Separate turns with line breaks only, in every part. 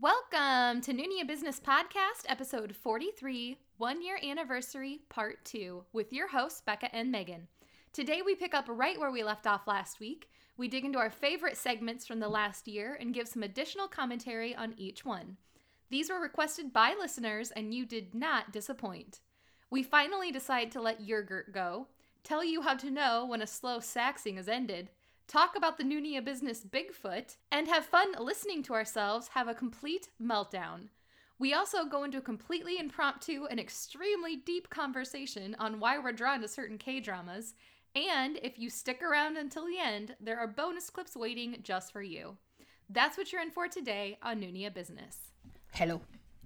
Welcome to Nunia Business Podcast, episode 43, one year anniversary, part two, with your hosts, Becca and Megan. Today, we pick up right where we left off last week. We dig into our favorite segments from the last year and give some additional commentary on each one. These were requested by listeners, and you did not disappoint. We finally decide to let Yogurt go, tell you how to know when a slow saxing is ended, talk about the Nunia business Bigfoot, and have fun listening to ourselves have a complete meltdown. We also go into a completely impromptu and extremely deep conversation on why we're drawn to certain K dramas, and if you stick around until the end, there are bonus clips waiting just for you. That's what you're in for today on Nunia Business.
Hello.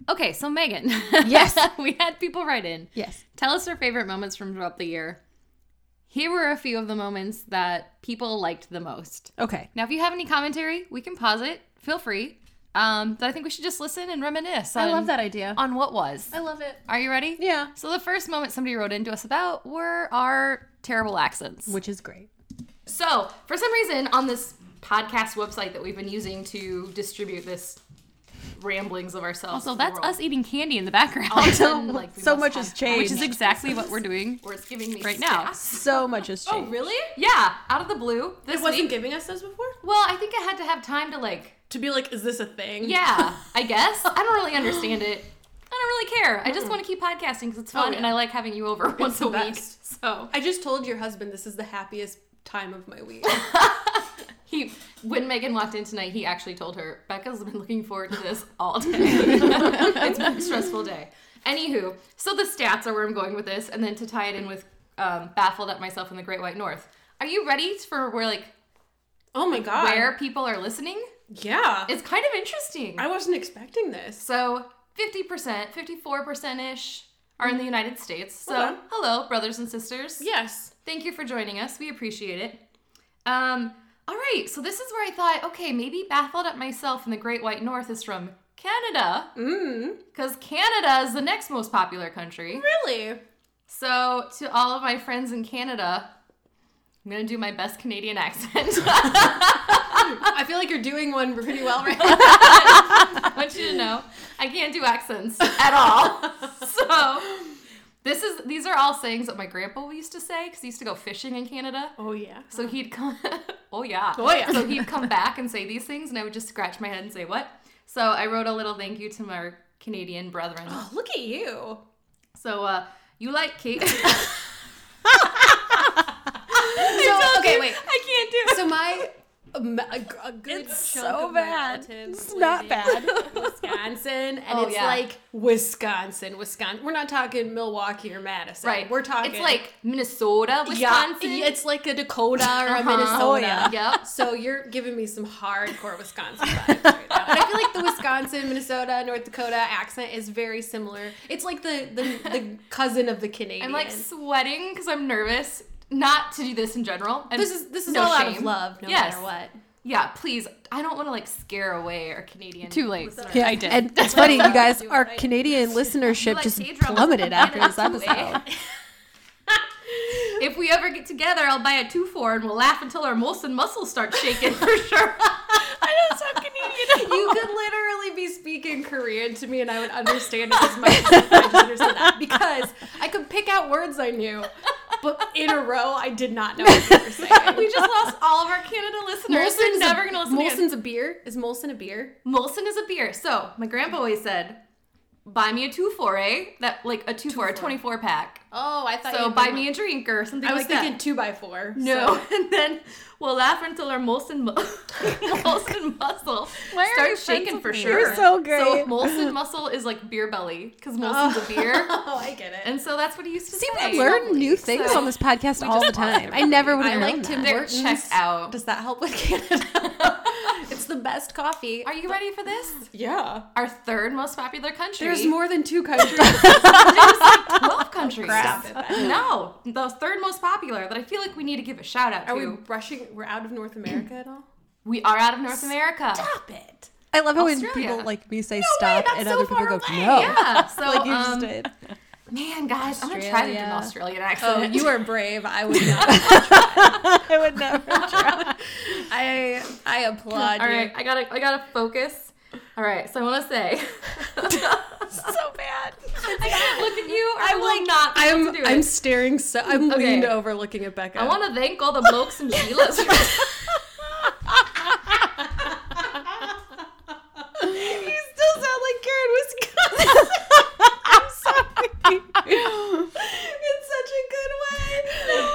Okay, so Megan.
Yes.
we had people write in.
Yes.
Tell us your favorite moments from throughout the year. Here were a few of the moments that people liked the most.
Okay.
Now, if you have any commentary, we can pause it. Feel free. Um, but I think we should just listen and reminisce. On,
I love that idea.
On what was.
Um, I love it.
Are you ready?
Yeah.
So the first moment somebody wrote into us about were our terrible accents.
Which is great.
So for some reason, on this podcast website that we've been using to distribute this ramblings of ourselves,
So
to the
that's
world,
us eating candy in the background,
all of a sudden, like, we
so
must
much
have-
has changed.
which is exactly what we're doing.
Or it's giving me
Right now.
sass.
so much has
Oh,
changed.
really? Yeah, out of the blue. This
It wasn't
week.
giving us those before?
Well, I think I had to have time to like
To be like, is this a thing?
Yeah, I guess. I don't really understand it. I don't really care. I just want to keep podcasting because it's fun
Oh, yeah.
and I like having you over once
the
a week.
best.
So
I just told your husband this is the happiest time of my week.
he, when Megan walked in tonight, he actually told her Becca's been looking forward to this all day. it's been a stressful day. Anywho, so the stats are where I'm going with this, and then to tie it in with um, baffled at myself in the Great White North. Are you ready for where like
oh my god.
where people are listening?
Yeah.
It's kind of interesting.
I wasn't expecting this.
So 50%, 54% ish are in the United States. So,
Mm-hmm. Okay.
hello, brothers and sisters.
Yes.
Thank you for joining us. We appreciate it. Um, all right, so this is where I thought, okay, maybe baffled at myself in the Great White North is from Canada,
Mm.
Mm-hmm.
because Canada is the next most popular country.
Really?
So, to all of my friends in Canada, I'm gonna do my best Canadian accent.
I feel like you're doing one pretty well right now.
I want you to know I can't do accents at all. So this is these are all sayings that my grandpa used to say because he used to go fishing in Canada.
oh yeah.
So he'd come. oh yeah.
Oh, yeah.
So he'd come back and say these things, and I would just scratch my head and say what. So I wrote a little thank you to my Canadian brethren.
Oh, look at you.
So uh, you like Kate?
So, okay, wait.
I can't do it.
So my um, a, g- a good
It's
chunk
so
of my
bad.
relatives
It's not
live
bad.
in Wisconsin, and
Oh,
it's
yeah.
like Wisconsin, Wisconsin. We're not talking Milwaukee or Madison.
Right.
We're talking.
It's like Minnesota,
Yeah,
Wisconsin.
it's like a Dakota or
Uh-huh.
a Minnesota.
Oh, yeah.
Yep.
So you're giving me some hardcore Wisconsin vibes right now. But I feel like the Wisconsin, Minnesota, North Dakota accent is very similar. It's like the the, the cousin of the Canadian.
I'm like sweating because I'm nervous. Not to do this in general. And
this is this is
no
all out
shame.
of love, no
Yes.
matter what.
Yeah, please. I don't want to like scare away our Canadian.
Too late.
listeners.
I did.
And it's funny, you guys, our Canadian listenership
Like
just
K-dramas
plummeted
in
after this
Canada, too,
episode.
eh? if we ever get together, I'll buy a two four and we'll laugh until our Molson muscles start shaking for sure.
You could literally be speaking Korean to me, and I would understand it as much. as I just understood that because I could pick out words I knew, but in a row, I did not know what you were saying.
we just lost all of our Canada listeners.
Molson's
They're never
a,
gonna listen. again.
Molson's a beer. Is Molson a beer?
Molson is a beer. So my grandpa always said, "Buy me a two four, eh? That like a two, four, a twenty four pack.
Oh, I thought.
So buy me a drink or something
I was
like that."
thinking two by four.
No,
so-
and then we'll laugh until our Molson, mu- Molson
are you
muscle starts
friends
shaking
with
for
me?
sure.
You're so
So
great.
Molson muscle is like beer belly because Molson's a beer,
Oh, I get it.
and so that's what he used to See, say.
I learn new things
So-
on this podcast all the time. I never would
I
have known
like Tim
that.
They're
Hortons.
checked out.
Does that help with Canada? it's the best coffee.
Are you ready for this?
yeah.
Our third most popular country.
There's more than two countries.
Twelve countries.
Stop it, Becca.
No, the third most popular that I feel like we need to give a shout out to.
Are we brushing? We're out of North America at all?
We are out of North America.
Stop it.
I love how
Australia.
when Oh, people like me say stop
that's
and
so
other people
far
go
away.
no.
Yeah. So
Like you just
um,
did.
man, guys, I'm gonna try to do an
Australia.
Australian
Oh,
accent.
are brave. I would not.
I would never.
I I applaud
All right, I gotta, I gotta focus. All right, so I want to say.
so bad.
I can't look at you. Or I will not. be able
I'm
to do
I'm
it.
staring so I'm
Okay.
leaned over looking at Becca.
I want to thank all the blokes and Sheilas.
You still sound like Karen Wisconsin. I'm sorry. In such a good way.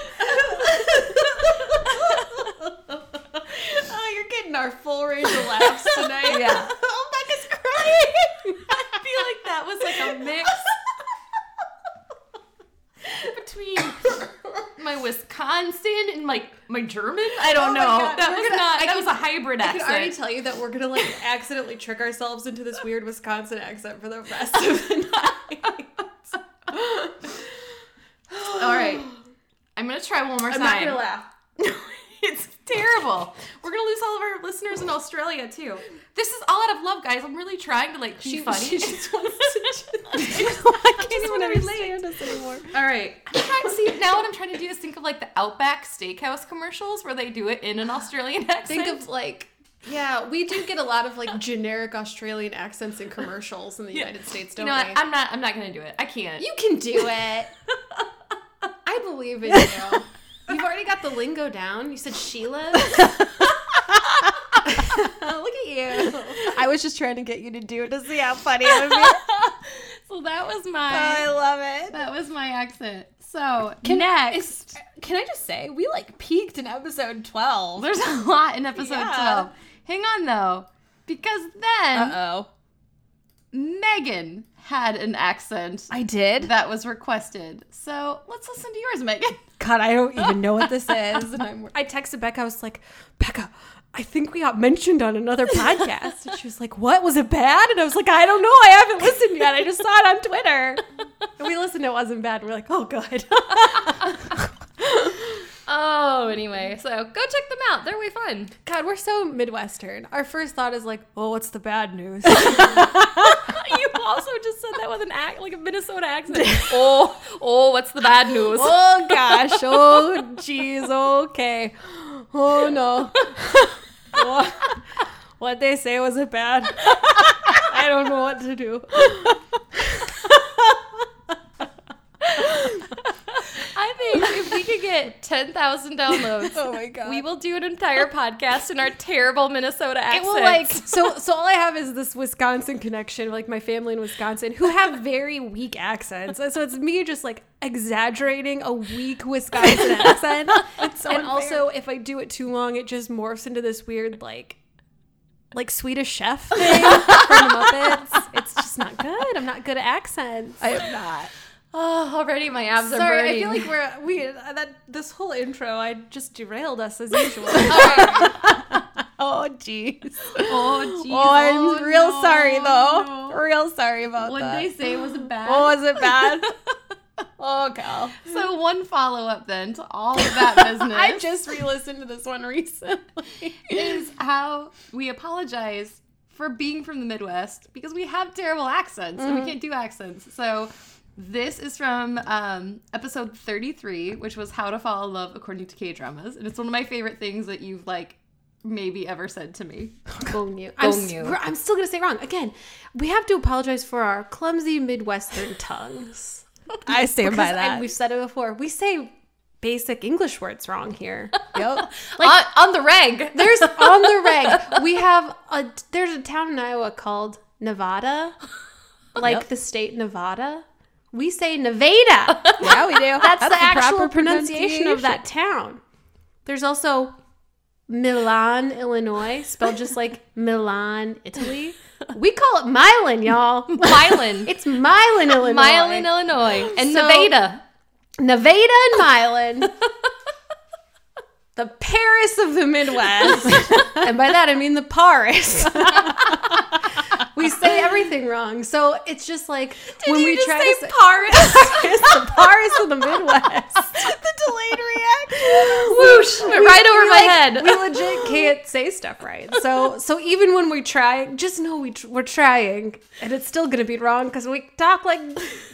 oh, you're getting our full range of laughs tonight.
Yeah.
Oh, Becca's crying.
I feel like that was like a mix between my Wisconsin and like my German. I don't
Oh my
know.
God,
That
we're
was
gonna-
not.
I
that
can-
was a hybrid
I can already
accent.
tell you that we're gonna like accidentally trick ourselves into this weird Wisconsin accent for the rest of the night.
All right, I'm gonna try one more
I'm
time.
not gonna laugh.
it's terrible. We're gonna lose all of our listeners in Australia too. This is all out of love, guys. I'm really trying to like be funny.
she just wants to.
I can't
even
even
understand
understand us anymore.
all right. I'm trying to see now. What I'm trying to do is think of like the Outback Steakhouse commercials where they do it in an Australian accent.
think of like yeah we do get a lot of like generic australian accents in commercials in the united states
you
don't
know what?
we
I'm not. I'm not gonna do it. I can't.
you can do it i believe in you you've already got the lingo down you said sheila look at you
I was just trying to get you to do it to see how funny it would be. Oh,
So that was my
I love it.
that was my accent. So next,
Can I just say we like peaked in episode twelve?
there's a lot in episode
Yeah.
12. Hang on though, because then
Uh oh.
Megan had an accent
I did.
that was requested. So let's listen to yours, Megan.
God, I don't even know what this is. And I'm
i texted becca i was like becca I think we got mentioned on another podcast. And she was like, What? Was it bad? And I was like, I don't know. I haven't listened yet. I just saw it on Twitter. And we listened, it wasn't bad. And we're like, Oh, good.
Oh, anyway, so go check them out. They're way fun.
God, we're so Midwestern. Our first thought is like, well, what's the bad news?
you also just said that with an act like a Minnesota accent. oh, oh, what's the bad news?
oh gosh, oh jeez, okay. Oh no. What- what they say was it bad. I don't know what to do.
I think if we could get ten thousand downloads,
Oh my god.
we will do an entire podcast in our terrible Minnesota accent.
so so all I have is this Wisconsin connection, like my family in Wisconsin, who have very weak accents. And so it's me just like exaggerating a weak Wisconsin accent. and also if I do it too long, it just morphs into this weird like like Swedish chef thing from the Muppets. It's just not good. I'm not good at accents.
I am not.
oh, already my abs are
Sorry, I
burning.
feel like we're we that this whole intro I just derailed us as usual.
Oh jeez.
Oh, geez.
Oh, I'm real
no,
sorry though.
no.
Real sorry about
What
that.
they say was a bad.
Oh, was it bad? oh gal.
Mm-hmm.
So one follow up then to all of that business
I just re-listened to this one recently.
is how we apologize for being from the Midwest because we have terrible accents and
Mm-hmm.
we can't do accents. So this is from um, episode 33, which was how to fall in love according to K dramas, and it's one of my favorite things that you've like maybe ever said to me.
Gong you. I'm, s-
you.
we're- I'm still gonna say it wrong again. We have to apologize for our clumsy Midwestern tongues.
I stand by
And
that.
we've said it before. We say basic English words wrong here.
yep.
on, on the reg.
There's on the reg. We have a there's a town in Iowa called Nevada, like the state Nevada. We say Nevada.
Yeah, we do. That's,
That's, the, actual pronunciation of that town. There's also Milan, Illinois, spelled just like Milan, Italy. We call it Milan, y'all.
Milan.
It's Milan, Illinois.
Milan, Illinois. And
So-
Nevada.
Nevada and Milan. the Paris of the Midwest. and by that I mean the Paris. we say everything wrong. So it's just like when we try to say
Paris.
Paris, the Paris of the Midwest.
the delayed reaction.
Whoosh. Went right over my head.
we legit can't say stuff right. So so even when we try, just know we tr- we're trying, and it's still gonna be wrong because we talk like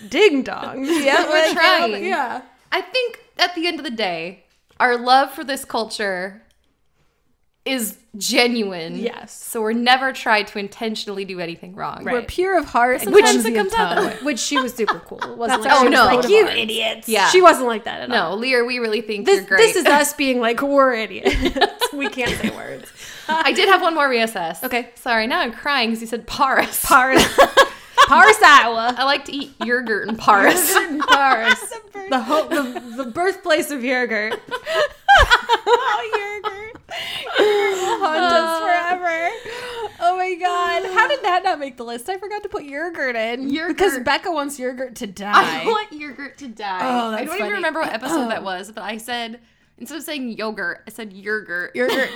ding dong.
Yeah,
We're trying.
yeah.
I think at the end of the day, our love for this culture is genuine.
Yes.
So we're never tried to intentionally do anything wrong.
Right.
We're pure of heart. and
Which-
cleansing
it
comes
of
out that
tongue.
way.
Which she was super cool. It Wasn't
That's-
like,
oh,
she was
no.
like,
Like,
you
"You
idiots.
Yeah.
She wasn't like that at
No,
all.
Lear, we really think
This,
you're great.
this is us being like, we're idiots. we can't say words.
I did have one more reassess.
Okay.
Sorry, now I'm crying because you said Paris.
Paris. Paris, Iowa.
I like to eat yogurt in Paris.
Paris.
Super-
The, ho- the, the birthplace of yogurt.
oh, Yerger. will haunt us
Uh.
forever. Oh my god. How did that not make the list? I forgot to put Yerger in. Because
Yogurt.
Becca wants Yerger to
I
die.
want yogurt to die.
Oh,
I
that's
don't
funny.
even remember what episode that was, but I said instead of saying yogurt, I said yogurt.
Yerger.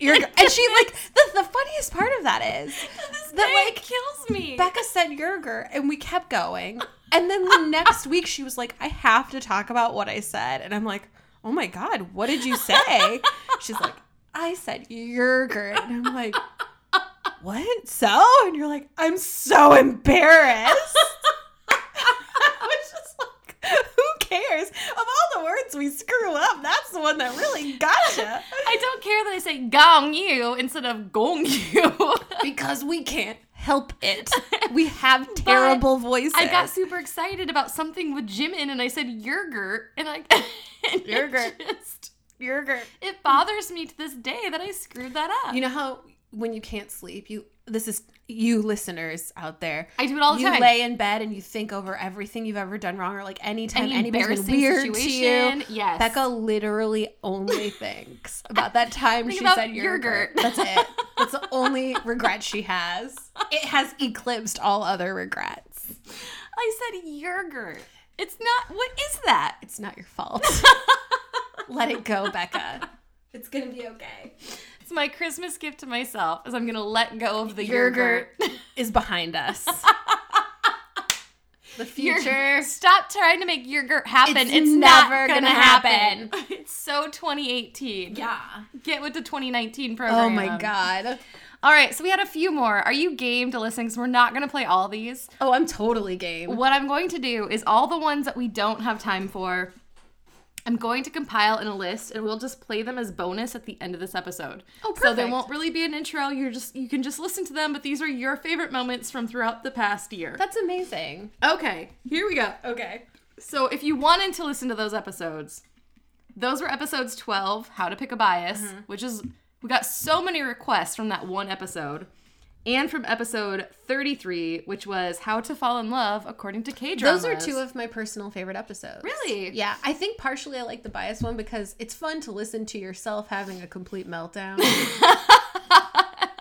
Yerger. And she like the, the funniest part of that is that like
kills me.
Becca said Yerger and we kept going. And then the next week she was like, I have to talk about what I said. And I'm like, oh my God, what did you say? She's like, I said Yerger. And I'm like, what? So? And you're like, I'm so embarrassed. I was just like, who cares? Of all the words we screw up, that's the one that really gotcha.
I don't care that I say gong you instead of gong you.
Because we can't help it. We have terrible voices.
I got super excited about something with Jimin and I said yogurt and I and
Yogurt.
It, just,
Yerger.
it bothers me to this day that I screwed that up.
You know how when you can't sleep, you this is you listeners out there.
I do it all the
you
time.
lay in bed and you think over everything you've ever done wrong, or like anytime
Any
anybody's
embarrassing
been weird
situation.
to you.
Yes.
Becca literally only thinks about that time
Think
she
about
said
yogurt.
yogurt. That's it. That's the only regret she has. It has eclipsed all other regrets.
I said yogurt. It's not what is that?
It's not your fault. Let it go, Becca.
It's going to be okay.
It's my Christmas gift to myself is I'm gonna let go of the
Yogurt
yogurt.
is behind us. The
Your-
future.
Stop trying to make yogurt happen. It's,
It's
not
never
gonna,
gonna
happen. It's so 2018.
Yeah.
Get with the 2019 program.
Oh my god.
All right, so we had a few more. Are you game to listen? Because we're not gonna play all these.
Oh, I'm totally game.
What I'm going to do is all the ones that we don't have time for. I'm going to compile in a list, and we'll just play them as bonus at the end of this episode.
Oh,
So there
perfect.
won't really be an intro. You're just you can just listen to them, but these are your favorite moments from throughout the past year.
That's amazing.
okay, here we go.
Okay.
So if you wanted to listen to those episodes, those were episodes 12, How to Pick a Bias,
Mm-hmm.
which is, we got so many requests from that one episode. And from episode 33, which was How to Fall in Love According to K Dramas.
Those are two of my personal favorite episodes.
Really?
Yeah. I think partially I like the bias one because it's fun to listen to yourself having a complete meltdown.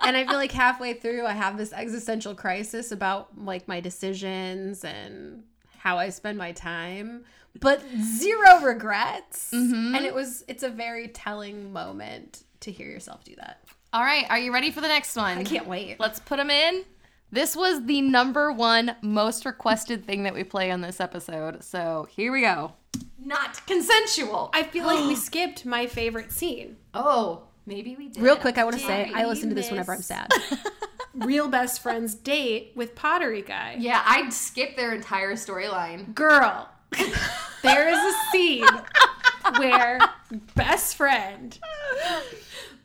and I feel like halfway through I have this existential crisis about like my decisions and how I spend my time, but zero regrets. And it was it's a very telling moment to hear yourself do that.
All right, are you ready for the next one?
I can't wait.
Let's put them in. This was the number one most requested thing that we play on this episode. So here we go. Not consensual.
I feel like we skipped my favorite scene.
oh, maybe we did.
Real quick, I want to say
Did
I
we
listen to this whenever I'm
miss-
sad.
Real best friend's date with pottery guy.
Yeah, I'd skip their entire storyline.
Girl, there is a scene where best friend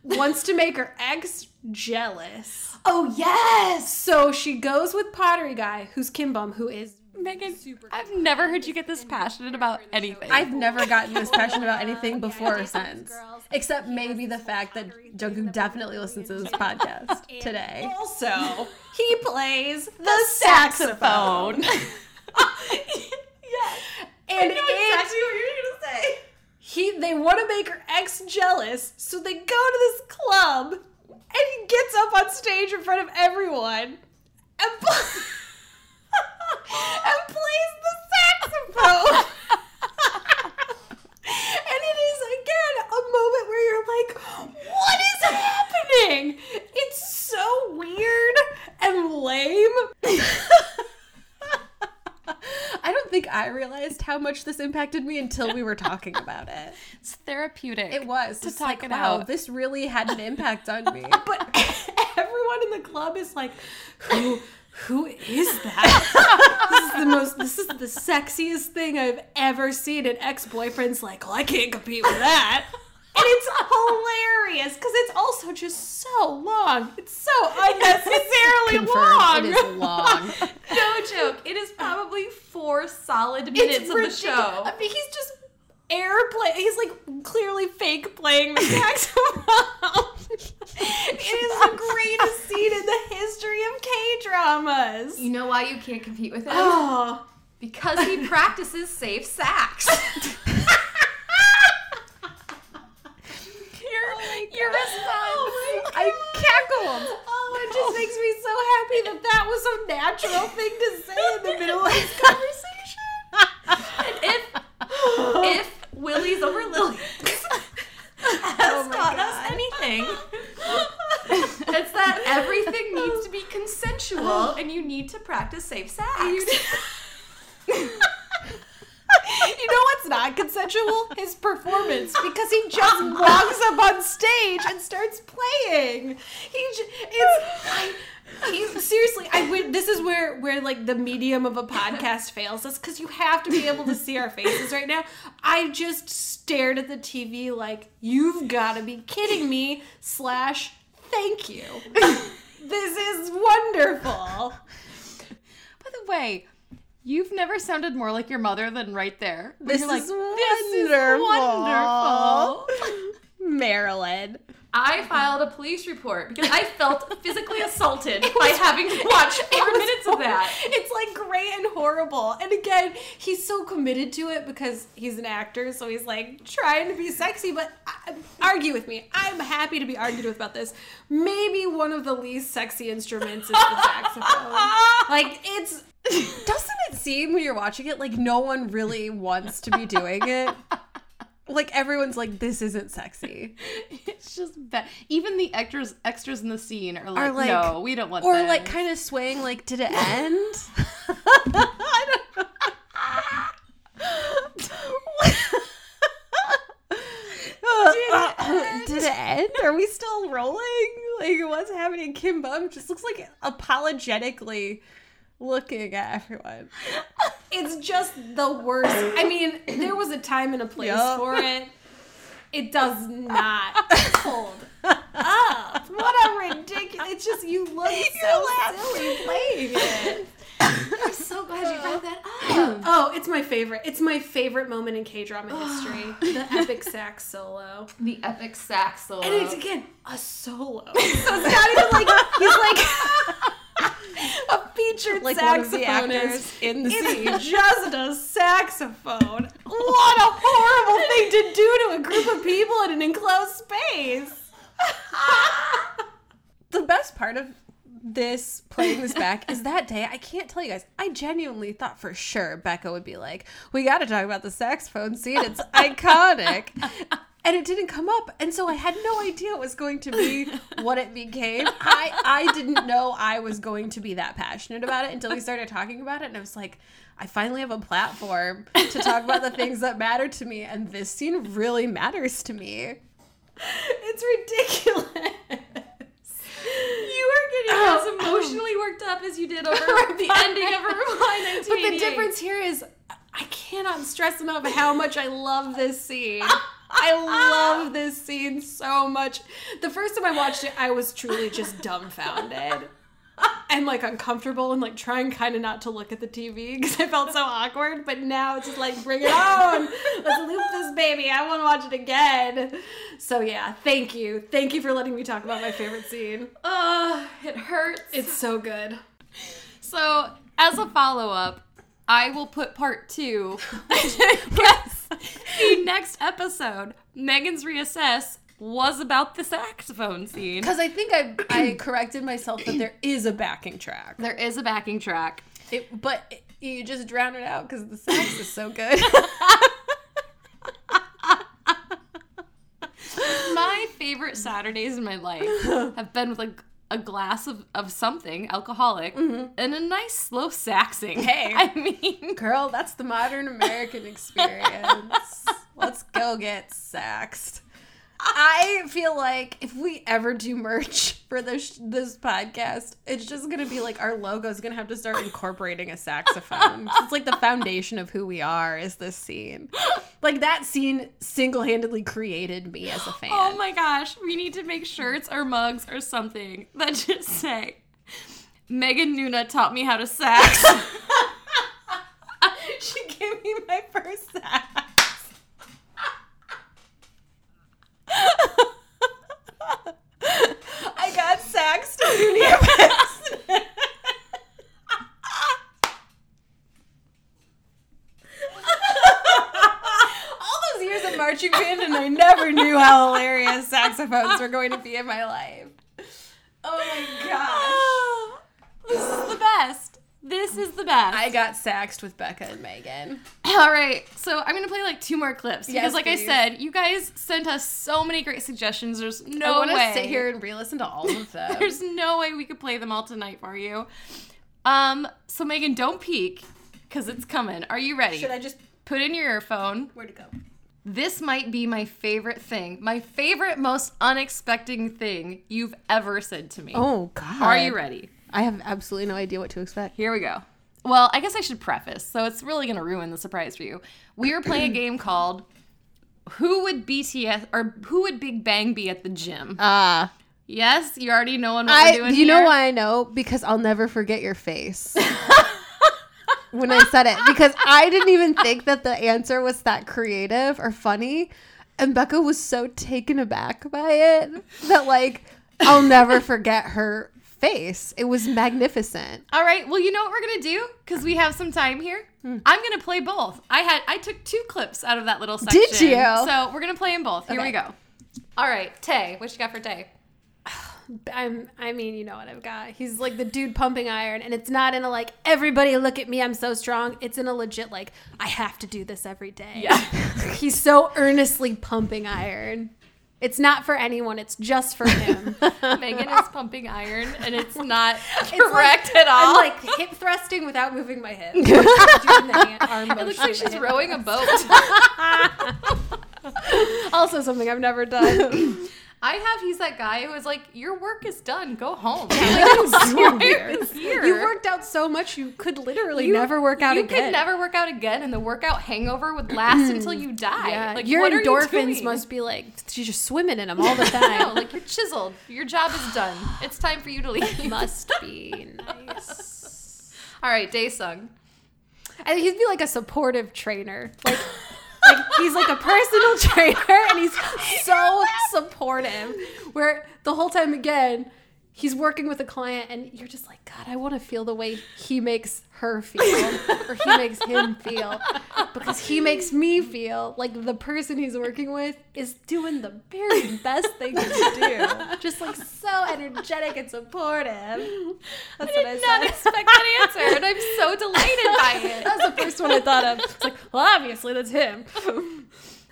wants to make her ex jealous.
Oh yes.
So she goes with pottery guy, who's Kim Bum, who is Megan super
I've never heard you get this passionate about anything.
I've never gotten this passionate about anything before or since, except maybe the fact that Jungkook definitely listens to this podcast today.
also
He plays the saxophone.
and it- he they want to make her ex jealous, so they go to this club and he gets up on stage in front of everyone and, pl- and plays the saxophone. and it is again a moment where you're like, what is happening? It's so weird and lame.
I don't think I realized how much this impacted me until we were talking about it.
it's therapeutic.
It was
to
just
talk
like,
it
wow,
out.
this really had an impact on me.
but everyone in the club is like, who who is that? this is the most this is the sexiest thing I've ever seen. And ex-boyfriend's like, well, I can't compete with that.
And it's hilarious because it's also just so long. It's so unnecessarily long.
Confirmed. It is long.
No joke. It is probably four solid minutes of the
ridiculous.
show.
I mean, he's just airplay. He's like clearly fake playing the saxophone. it is the greatest scene in the history of K dramas.
You know why you can't compete with him?
Oh.
Because he practices safe sax.
Your,
Oh
your response.
I cackled.
Oh, it just makes me so happy that that was a natural thing to say in the middle of this conversation.
If if Willie's over Lily,
Oh
That's
my
taught us anything.
it's that everything needs to be consensual and you need to practice safe sax.
you know what's not consensual? His performance because he just walks up on stage and starts playing. He j- it's I, he, seriously, I would. This is where where like the medium of a podcast fails us because you have to be able to see our faces right now. I just stared at the TV like you've got to be kidding me. Slash, thank you. this is wonderful.
By the way, you've never sounded more like your mother than right there. When
This
you're like,
is
is
wonderful. Marilyn.
I filed a police report because I felt physically assaulted by having to watch four minutes of that.
It's like great and horrible. And again, he's so committed to it because he's an actor, so he's like trying to be sexy, but I, argue with me. I'm happy to be argued with about this. Maybe one of the least sexy instruments is the saxophone. like it's doesn't it seem when you're watching it like no one really wants to be doing it? Like everyone's like this isn't sexy.
It's just bad. Even the extras, extras in the scene are like,
Are like-
no, we don't want.
or
this."
like kind of swaying like did it end did it end are we still rolling like what's happening kim bum just looks like apologetically looking at everyone
It's just the worst. I mean, there was a time and a place
Yup.
for it. It does not hold up. What a ridiculous! It's just you look so silly playing it.
I'm so glad you brought that up.
Oh, it's my favorite. It's my favorite moment in K drama history. The epic sax solo.
the epic sax solo.
And it's again a solo.
so it's not even like he's like a featured
Like one of the
saxophonist
actors
in the scene
It's just a saxophone.
What a horrible thing to do to a group of people in an enclosed space. the best part of this playing this back is that day I can't tell you guys I genuinely thought for sure Becca would be like we got to talk about the saxophone scene it's iconic and it didn't come up and so I had no idea it was going to be what it became I I didn't know I was going to be that passionate about it until we started talking about it and I was like I finally have a platform to talk about the things that matter to me and this scene really matters to me
It's ridiculous.
you are getting as emotionally worked up as you did over the ending of Reply 1988.
But the difference here is I cannot stress enough how much I love this scene. I love this scene so much. The first time I watched it, I was truly just dumbfounded and like uncomfortable and like trying kind of not to look at the TV because I felt so awkward. But now it's just like, bring it on. Let's loop this baby. I want to watch it again. So yeah, thank you. Thank you for letting me talk about my favorite scene.
Ugh, it hurts.
It's so good.
so as a follow up, I will put part two. the next episode, Megan's reassess was about the saxophone scene.
because I think I I corrected myself that there is a backing track
There is a backing track.
it, but it- you just drown it out because the sax is so good
My favorite Saturdays in my life have been with like a glass of, of something alcoholic and a nice slow saxing.
Hey.
I mean,
girl that's the modern American experience let's go get saxed I feel like if we ever do merch for this this podcast, it's just gonna be like our logo is gonna have to start incorporating a saxophone. 'Cause It's like the foundation of who we are is this scene. Like that scene single handedly created me as a fan.
Oh my gosh, we need to make shirts or mugs or something that just say, Megan Nuna taught me how to sax.
she gave me my first sax. I got saxed at Union All those years of marching band, and I never knew how hilarious saxophones were going to be in my life. Oh my gosh.
this is the best. This is the best.
I got saxed with Becca and Megan.
All right, so I'm gonna play like two more clips because,
Yes,
like
please.
I said, you guys sent us so many great suggestions. There's
I
no
want
way
to sit here and re-listen to all of them.
There's no way we could play them all tonight for you. Um, so Megan, don't peek because it's coming. Are you ready?
Should I just
put in your earphone?
where to go?
This might be my favorite thing, my favorite, most unexpected thing you've ever said to me.
Oh God!
Are you ready?
I have absolutely no idea what to expect.
Here we go. Well, I guess I should preface, so it's really gonna ruin the surprise for you. We are playing a game called "Who would BTS or Who would Big Bang be at the gym?"
Ah,
Yes, you already know what
I.
we're doing.
You know
here.
why I know? Because I'll never forget your face when I said it. Because I didn't even think that the answer was that creative or funny, and Becca was so taken aback by it that like I'll never forget her face. It was magnificent.
All right. Well, you know what we're gonna do because we have some time here. I'm gonna play both. I had I took two clips out of that little section.
Did you?
So we're gonna play them both. Here we go. All right, Tay, what you got for Tay?
I'm, I mean, you know what I've got. He's like the dude pumping iron, and it's not in a like, everybody look at me, I'm so strong. It's in a legit, like, I have to do this every day. He's so earnestly pumping iron. It's not for anyone, it's just for him.
Megan is pumping iron, and it's not
It's like-
correct at all.
I'm like hip thrusting without moving my hip. Doing the hand- arm
it looks
motion
like she's
hip
rowing a boat.
Also, something I've never done.
I have. He's that guy who is like, "Your work is done. Go home."
you worked out so much, you could literally never work out
You
again.
could never work out again, and the workout hangover would last until you die.
Yeah,
Like
your
what are you
endorphins
doing?
must be like she's just swimming in them all the
No,
time.
like you're chiseled. Your job is done. It's time for you to leave.
must be nice.
All right, Daesung.
And he'd be like a supportive trainer, like. Like he's like a personal trainer and he's so supportive. Where the whole time again, he's working with a client and you're just like, God, I want to feel the way he makes her feel or he makes him feel. Because he makes me feel like the person he's working with is doing the very best thing to do. Just like so energetic and supportive. That's what I
Did
said.
not expect that answer, and I'm so delighted by it.
That was the first one I thought of. It's like, well, obviously that's him.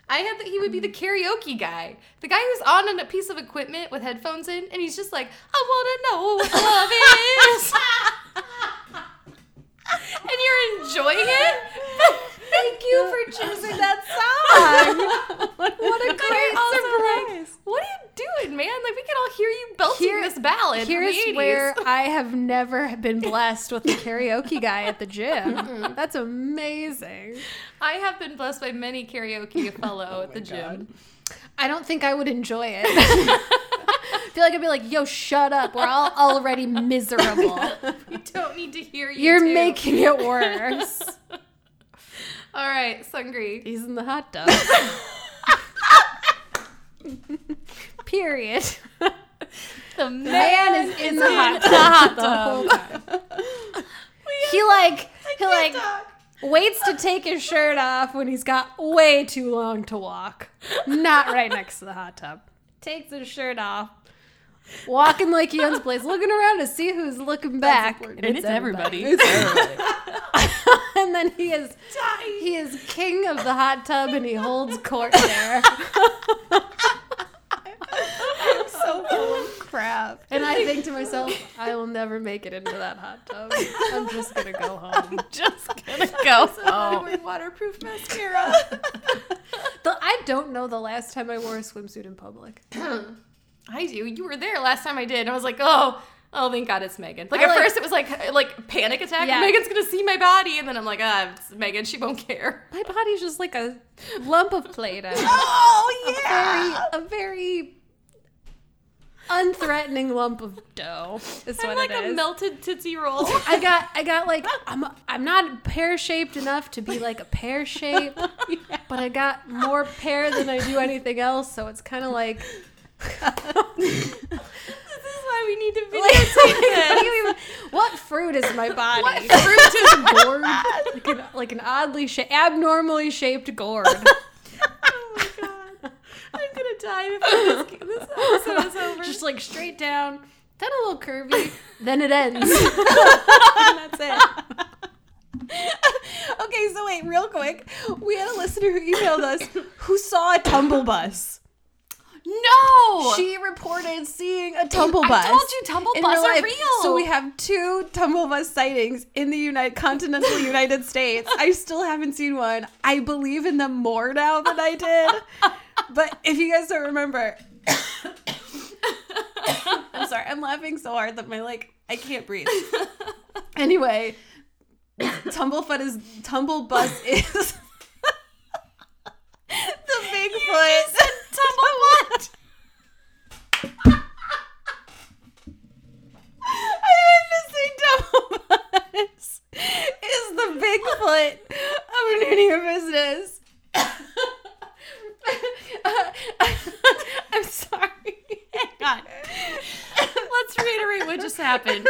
I had that he would be the karaoke guy, the guy who's on a piece of equipment with headphones in, and he's just like, "I want to know what love is," and you're enjoying it. Thank you for choosing that song. what a great surprise! what are you doing, man? Like we can all hear you belting
Here-
this ballad. from
Here's
the 80s.
where I have never been blessed with a karaoke guy at the gym. That's amazing.
I have been blessed by many karaoke fellow at the gym.
I don't think I would enjoy it. I feel like I'd be like, yo, shut up. We're all already miserable.
We don't need to hear you.
You're
too.
making it worse.
All right, Sungri.
He's in the hot tub. Period.
The man.
Man is in the hot tub the whole time. He like he like waits to take his shirt off when he's got way too long to walk. Not right next to the hot tub. Takes his shirt off. Walking like he owns the place, looking around to see who's looking back, and and then he is he is king of the hot tub, and he holds court there.
so full of crap.
And I think to myself, I will never make it into that hot tub. I'm just gonna go home.
Just gonna go
I
Oh,
home.
wear waterproof mascara.
The- I don't know the last time I wore a swimsuit in public.
I do. You were there last time I did. And I was like, oh, oh, thank God it's Megan. Like
I
at
like-
first it was like like panic attack.
Yeah.
Megan's gonna see my body, and then I'm like, ah, it's Megan. She won't care.
My body's just like a lump of Play-Doh.
oh
Very,
yeah.
a very unthreatening lump of dough is
I'm
what
like
it
a
is.
melted tootsie roll.
I got I got like I'm I'm not pear shaped enough to be like a pear shape, but I got more pear than I do anything else, so it's kind of like
this is why we need to be
Like, what, do you even- what fruit is my body? What fruit is gourd? Like an, like an oddly sha- abnormally shaped gourd.
I'm gonna die before this, this episode is over.
Just like straight down, then a little curvy, then it ends. and that's it.
Okay, so wait, real quick. We had a listener who emailed us who saw a tumble bus.
No,
She reported seeing a tumble
I
bus.
told you tumble
in
bus
real
are
life.
real.
So we have two tumble bus sightings in the United Continental United States. I still haven't seen one. I believe in them more now than I did. But if you guys don't remember, I'm sorry. I'm laughing so hard that my like I can't breathe. Anyway, Tumblefoot is tumble bus is the Bigfoot. Tumblefoot. I meant to say Dumblefuss is the Bigfoot of an Indian business. I'm sorry. Hang on.
Let's reiterate what just happened.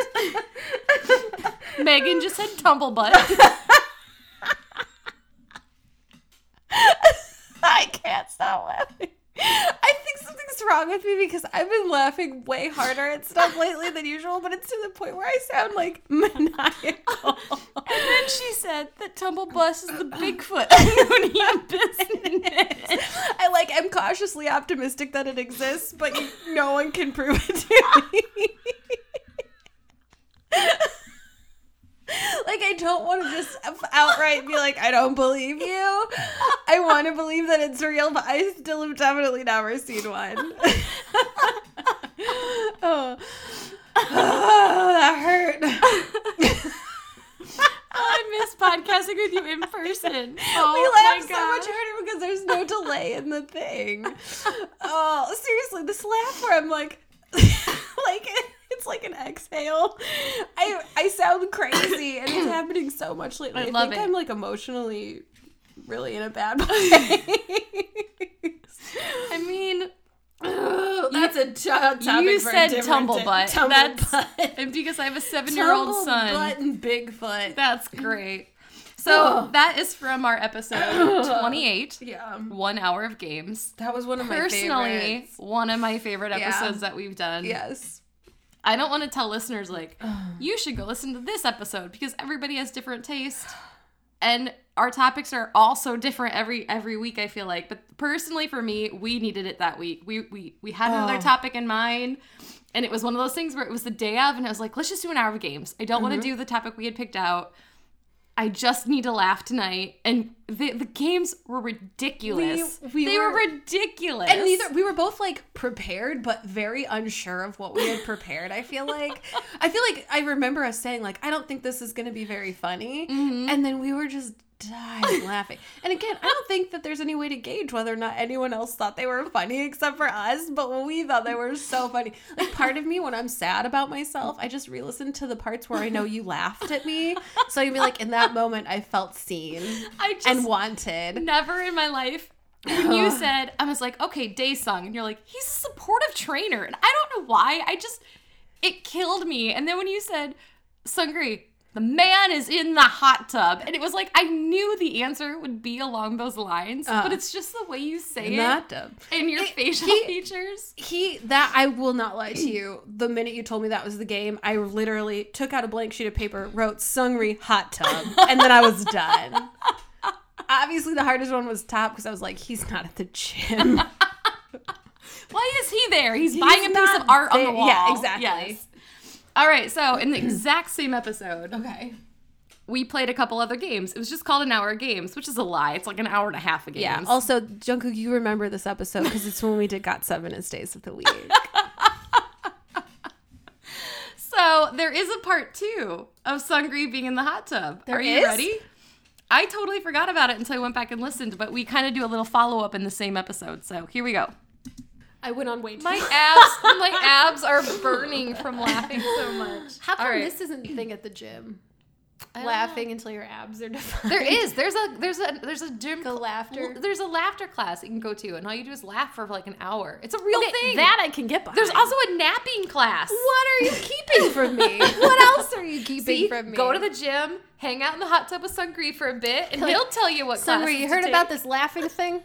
Megan just said tumble butt.
I can't stop laughing. I think something's wrong with me because I've been laughing way harder at stuff lately than usual, but it's to the point where I sound like maniacal.
And then she said that Tumble Bus is the Bigfoot of business.
I like am cautiously optimistic that it exists, but no one can prove it to me. like I don't want to just outright be like I don't believe you. I want to believe that it's real, but I still have definitely never seen one. oh. Oh, that hurt.
I miss podcasting with you in person.
we
Oh
laughed
my
so
god.
much harder because there's no delay in the thing. oh, seriously, this laugh where I'm like, like it's like an exhale. I I sound crazy, and it's happening so much lately. I,
love
think
it.
I'm like emotionally really in a bad place.
I mean,
That's a
you said tumble butt. That's and because I have a seven-year-old son.
butt and Bigfoot.
That's great. So that is from our episode 28,
Yeah,
one hour of games.
that was one of my
Personally,
favorites.
one of my favorite
Yeah.
episodes that we've done.
Yes.
I don't want to tell listeners like you should go listen to this episode because everybody has different taste and our topics are also different every every week I feel like but personally for me we needed it that week we we we had
Oh.
another topic in mind and it was one of those things where it was the day of and I was like let's just do an hour of games I don't
Mm-hmm.
want to do the topic we had picked out I just need to laugh tonight and the the games were ridiculous
we
they were,
were-
ridiculous
And neither we were both like prepared, but very unsure of what we had prepared. I feel like I feel like I remember us saying like I don't think this is going to be very funny,
Mm-hmm.
and then we were just dying laughing. And again, I don't think that there's any way to gauge whether or not anyone else thought they were funny except for us. But we thought they were so funny. Like part of me, when I'm sad about myself, I just re-listen to the parts where I know you laughed at me. So you'd be like, in that moment, I felt seen
I just
and wanted.
never in my life when you said I was like, okay, Day Sung, and you're like, he's a supportive trainer, and I don't know why. I just it killed me. And then when you said Sungri, the man is in the hot tub, and it was like I knew the answer would be along those lines, but it's just the way you say it
Not dumb.
and your facial features.
he that I will not lie to you. The minute you told me that was the game, I literally took out a blank sheet of paper, wrote "Sungri hot tub," and then I was done. Obviously, the hardest one was top because I was like, he's not at the gym.
Why is he there? He's, buying a piece of art on the
there.
wall.
Yeah, exactly.
Yes.
All right, so in the exact same episode,
Okay.
we played a couple other games. It was just called an hour of games, which is a lie. It's like an hour and a half of games.
Yeah. Also, Jungkook, you remember this episode because it's when we did Got Seven as Days of the Week.
So there is a part two of Sungri being in the hot tub. Are you
is?
ready? I totally forgot about it until I went back and listened, but we kind of do a little follow up in the same episode. So here we go.
I went on way too.
My abs, my abs are burning from laughing so much.
How come
right.
this isn't the thing at the gym?
don't
Laughing until your abs are defined.
There is. There's a there's a there's a gym
the laughter.
cl- there's a laughter class you can go to, and all you do is laugh for like an hour. It's a real
Okay,
thing.
That I can get behind.
there's also a napping class.
What are you keeping from me? what else are you keeping
See,
from me?
go to the gym, hang out in the hot tub with Sungri for a bit, and
Like,
he'll tell you what.
Sungri,
classes
you
to
heard about
take.
this laughing thing?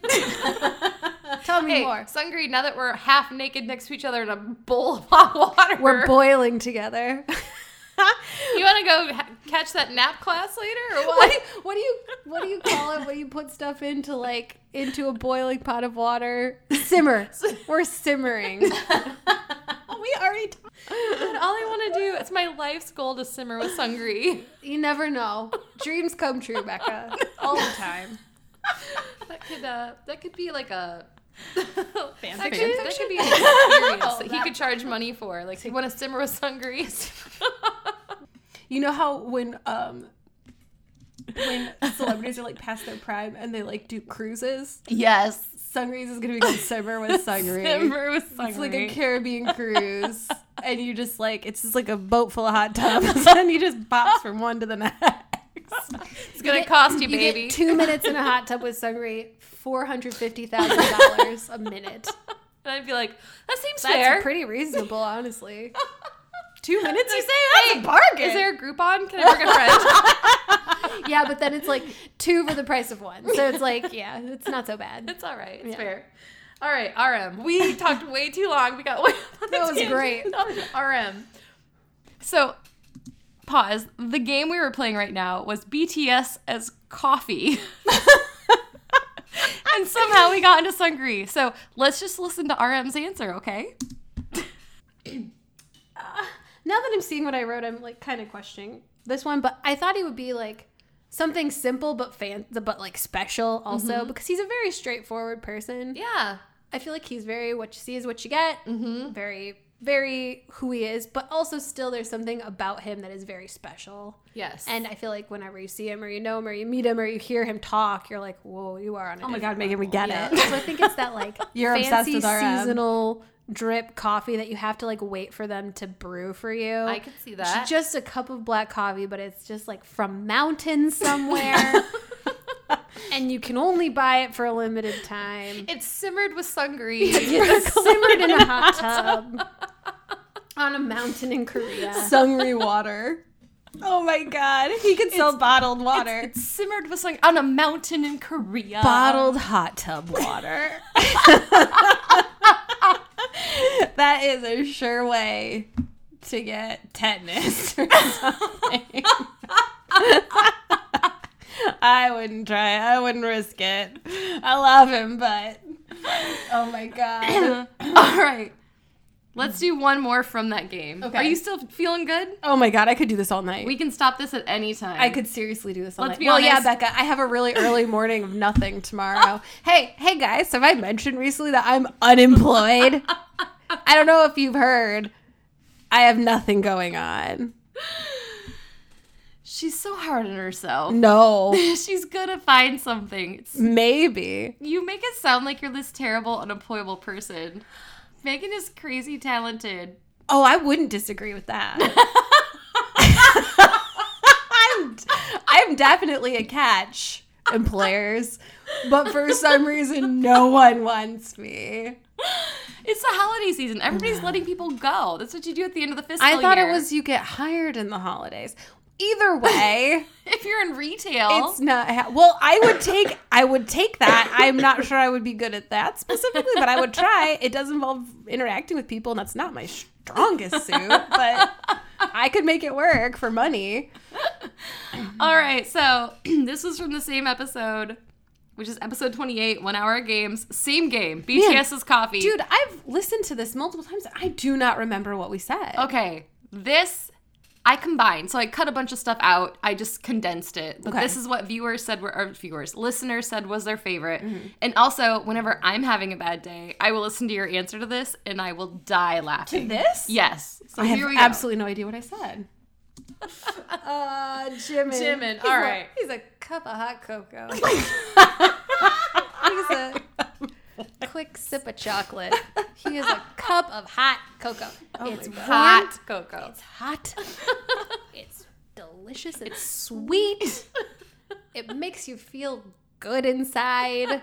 Tell me
Hey,
more.
Sungri, now that we're half naked next to each other in a bowl of hot water,
We're boiling together.
you want to go ha- catch that nap class later, or what?
what do you, what do you what do you call it when you put stuff into like into a boiling pot of water? Simmer. We're simmering.
we already talked.
And all I want to do, it's my life's goal to simmer with Sungri.
You never know. Dreams come true, Becca. All the time.
That could uh, that could be like a fan that,
fiction?
could, that could be an experience
Oh,
that he
that-
could charge money for. Like, you want to simmer with Sungri?
You know how when um when celebrities are like past their prime and they like do cruises,
Yes.
Sungries is gonna be called Simmer with Sungri.
Remember with Sungri.
It's like a Caribbean cruise, and you just like it's just like a boat full of hot tubs, and you just bops from one to the next.
It's gonna cost you,
You
baby.
get two minutes in a hot tub with Sungri, four hundred fifty thousand dollars a minute.
and I'd be like, that seems
That's
fair.
pretty reasonable, honestly.
Two minutes, you say?
Hey,
That's a bargain.
Is there a Groupon? Can I work a friend?
Yeah, but then it's like two for the price of one. So it's like, yeah, it's not so bad.
it's all right. It's
Yeah.
fair. All right, RM. We talked way too long. We got way. on the
That was
tangent.
great.
RM. So, pause. The game we were playing right now was BTS as coffee. and somehow we got into Sungri. So let's just listen to RM's answer, okay?
Now that I'm seeing what I wrote, I'm like kind of questioning this one, but I thought he would be like something simple but fan but like special also because he's a very straightforward person.
Yeah.
I feel like he's very what you see is what you get. Mm-hmm. Very very who he is, but also still there's something about him that is very special.
Yes.
And I feel like whenever you see him or you know him or you meet him or you hear him talk, you're like, whoa, you are on a
Oh my god, Megan, we get
Yeah.
it.
so I think it's that like
You're obsessed
fancy
with RM.
seasonal drip coffee that you have to like wait for them to brew for you.
I can see that.
It's just a cup of black coffee, but it's just like from mountains somewhere. and you can only buy it for a limited time.
it's simmered with Sungri.
It's simmered in a hot tub on a mountain in Korea.
Sungri water. Oh my god, he can sell bottled water.
simmered with Sungri on a mountain in Korea.
bottled hot tub water. that is a sure way to get tetanus or something. I wouldn't try. it. I wouldn't risk it. I love him, but oh my god.
All right. Let's do one more from that game.
Okay.
Are you still feeling good?
Oh my god, I could do this all night.
We can stop this at any time.
I could seriously do this all
Let's
night.
be
well, yeah,
honest.
Becca, I have a really early morning of nothing tomorrow. hey, hey guys, have I mentioned recently that I'm unemployed? I don't know if you've heard. I have nothing going on.
She's so hard on herself.
No,
She's gonna find something. It's
maybe.
You make it sound like you're this terrible, unemployable person. Megan is crazy talented.
Oh, I wouldn't disagree with that. I'm, I'm definitely a catch, employers. But for some reason, no one wants me.
It's the holiday season. Everybody's letting people go. That's what you do at the end of the fiscal
I thought it
year.
was you get hired in the holidays. Either way,
If you're in retail,
it's not ha- well. I would take I would take that. I'm not sure I would be good at that specifically, but I would try. It does involve interacting with people, and that's not my strongest suit. But I could make it work for money.
All right, so this was from the same episode.
which is episode 28, one hour of games, same game, BTS's coffee.
Dude, I've listened to this multiple times. I do not remember what we said.
Okay, this I combined, so I cut a bunch of stuff out. I just condensed it, but
Okay.
this is what viewers said were or viewers, listeners said was their favorite.
Mm-hmm.
And also, whenever I'm having a bad day, I will listen to your answer to this, and I will die laughing.
This?
Yes. So
I
here we
have
go.
absolutely no idea what I said.
Uh, Jimin.
Jimin,
He's
all
a-
right.
he's a cup of hot cocoa. he's a quick sip of chocolate. He is a cup of hot cocoa.
Oh
it's
Hot cocoa.
hot. it's delicious. It's sweet. It makes you feel good inside.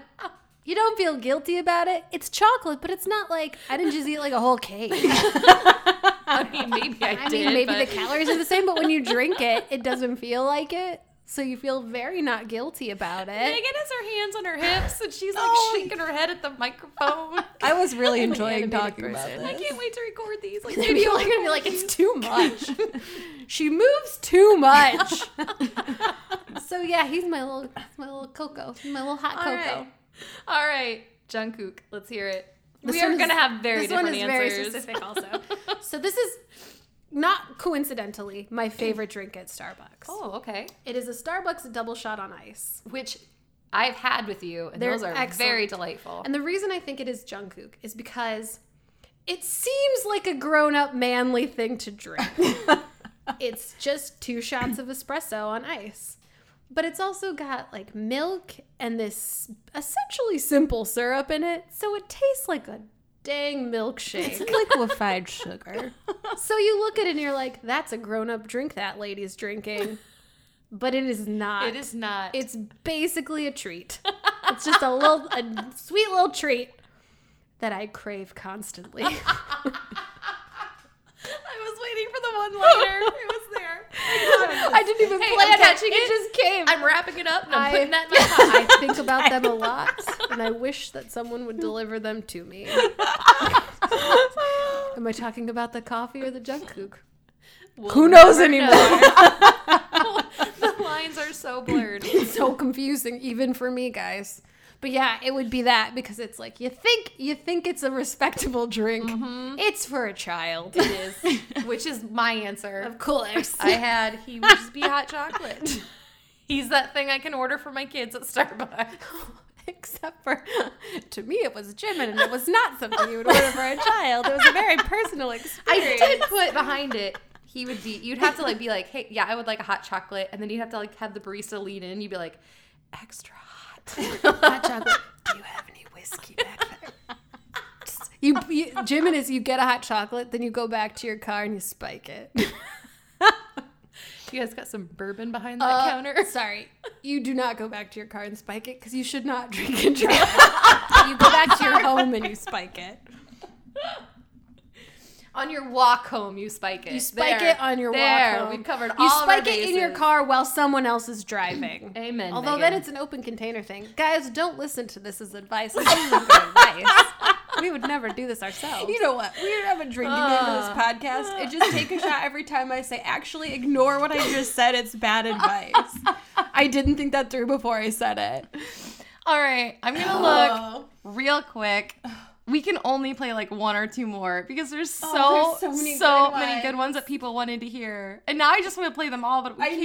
You don't feel guilty about it. It's chocolate, but it's not like I didn't just eat like a whole cake.
I mean, maybe I,
I
did.
mean, maybe
but-
the calories are the same, but when you drink it, it doesn't feel like it. So you feel very not guilty about it.
Megan has her hands on her hips and she's like
Oh.
shaking her head at the microphone.
I was really
animated
enjoying talking
person.
about
I
this.
can't wait to record these. Like,
Maybe you're gonna be like, it's too much. she moves too much. so yeah, he's my little, my little cocoa, He's my little hot
All
cocoa.
right. All right, Jungkook, let's hear it. we
This
are
one is-
going to have very
this one
different
is
answers.
very specific also. so this is not coincidentally my favorite drink at Starbucks.
Oh, okay.
It is a Starbucks double shot on ice.
Which I've had with you, and
They're
those are very
excellent.
delightful.
And the reason I think it is Jungkook is because it seems like a grown-up manly thing to drink. it's just two shots of espresso on ice. But it's also got like milk and this essentially simple syrup in it, so it tastes like a dang milkshake.
liquefied sugar.
So you look at it and you're like, that's a grown up drink that lady's drinking. But it is not.
it is not.
It's basically a treat. it's just a little, a sweet little treat that I crave constantly.
I was waiting for the one liner. it was there.
I didn't even
Hey,
plan
I'm
it.
catching
It, just came.
I'm wrapping it up and I'm
I-
putting that in my pocket.
I think about them a lot, and I wish that someone would deliver them to me. Am I talking about the coffee or the junk kook?
Who knows anymore?
the lines are so blurred.
so confusing even for me guys but yeah it would be that because it's like you think you think it's a respectable drink it's for a child
Mm-hmm. It is, which is my answer.
of course
I had he would just be hot chocolate. He's that thing I can order for my kids at Starbucks.
except for to me it was jimin and it was not something you would order for a child it was a very personal
I
experience
did put behind it. He would be. You'd have to like be like, hey, yeah, I would like a hot chocolate, and then you'd have to like have the barista lean in. You'd be like, extra hot.
hot chocolate do you have any whiskey back there Just- you, you jimin is you get a hot chocolate then you go back to your car and you spike it
you guys got some bourbon behind that
Uh,
counter.
Sorry, you do not go back to your car and spike it because you should not drink and drive. you go back to your home and you spike it.
On your walk home, you spike it.
You spike
There.
it on your
there.
walk home.
We've covered all.
You
of our
spike it in your
bases.
car while someone else is driving.
Amen.
Although
Megan.
then it's an open container thing. Guys, don't listen to this as advice. This isn't good advice. We would never do this ourselves. Ah.
You know what? We haven't drinking
Uh.
into this podcast. It just take a shot every time I say, actually ignore what I just said. It's bad advice. I didn't think that through before I said it.
all right. I'm gonna look
Oh,
real quick. We can only play like one or two more because there's so
Oh,
so,
there's so
many,
many
good
good
ones
ones.
that people wanted to hear, and now I just want to play them all, but we
I
can't.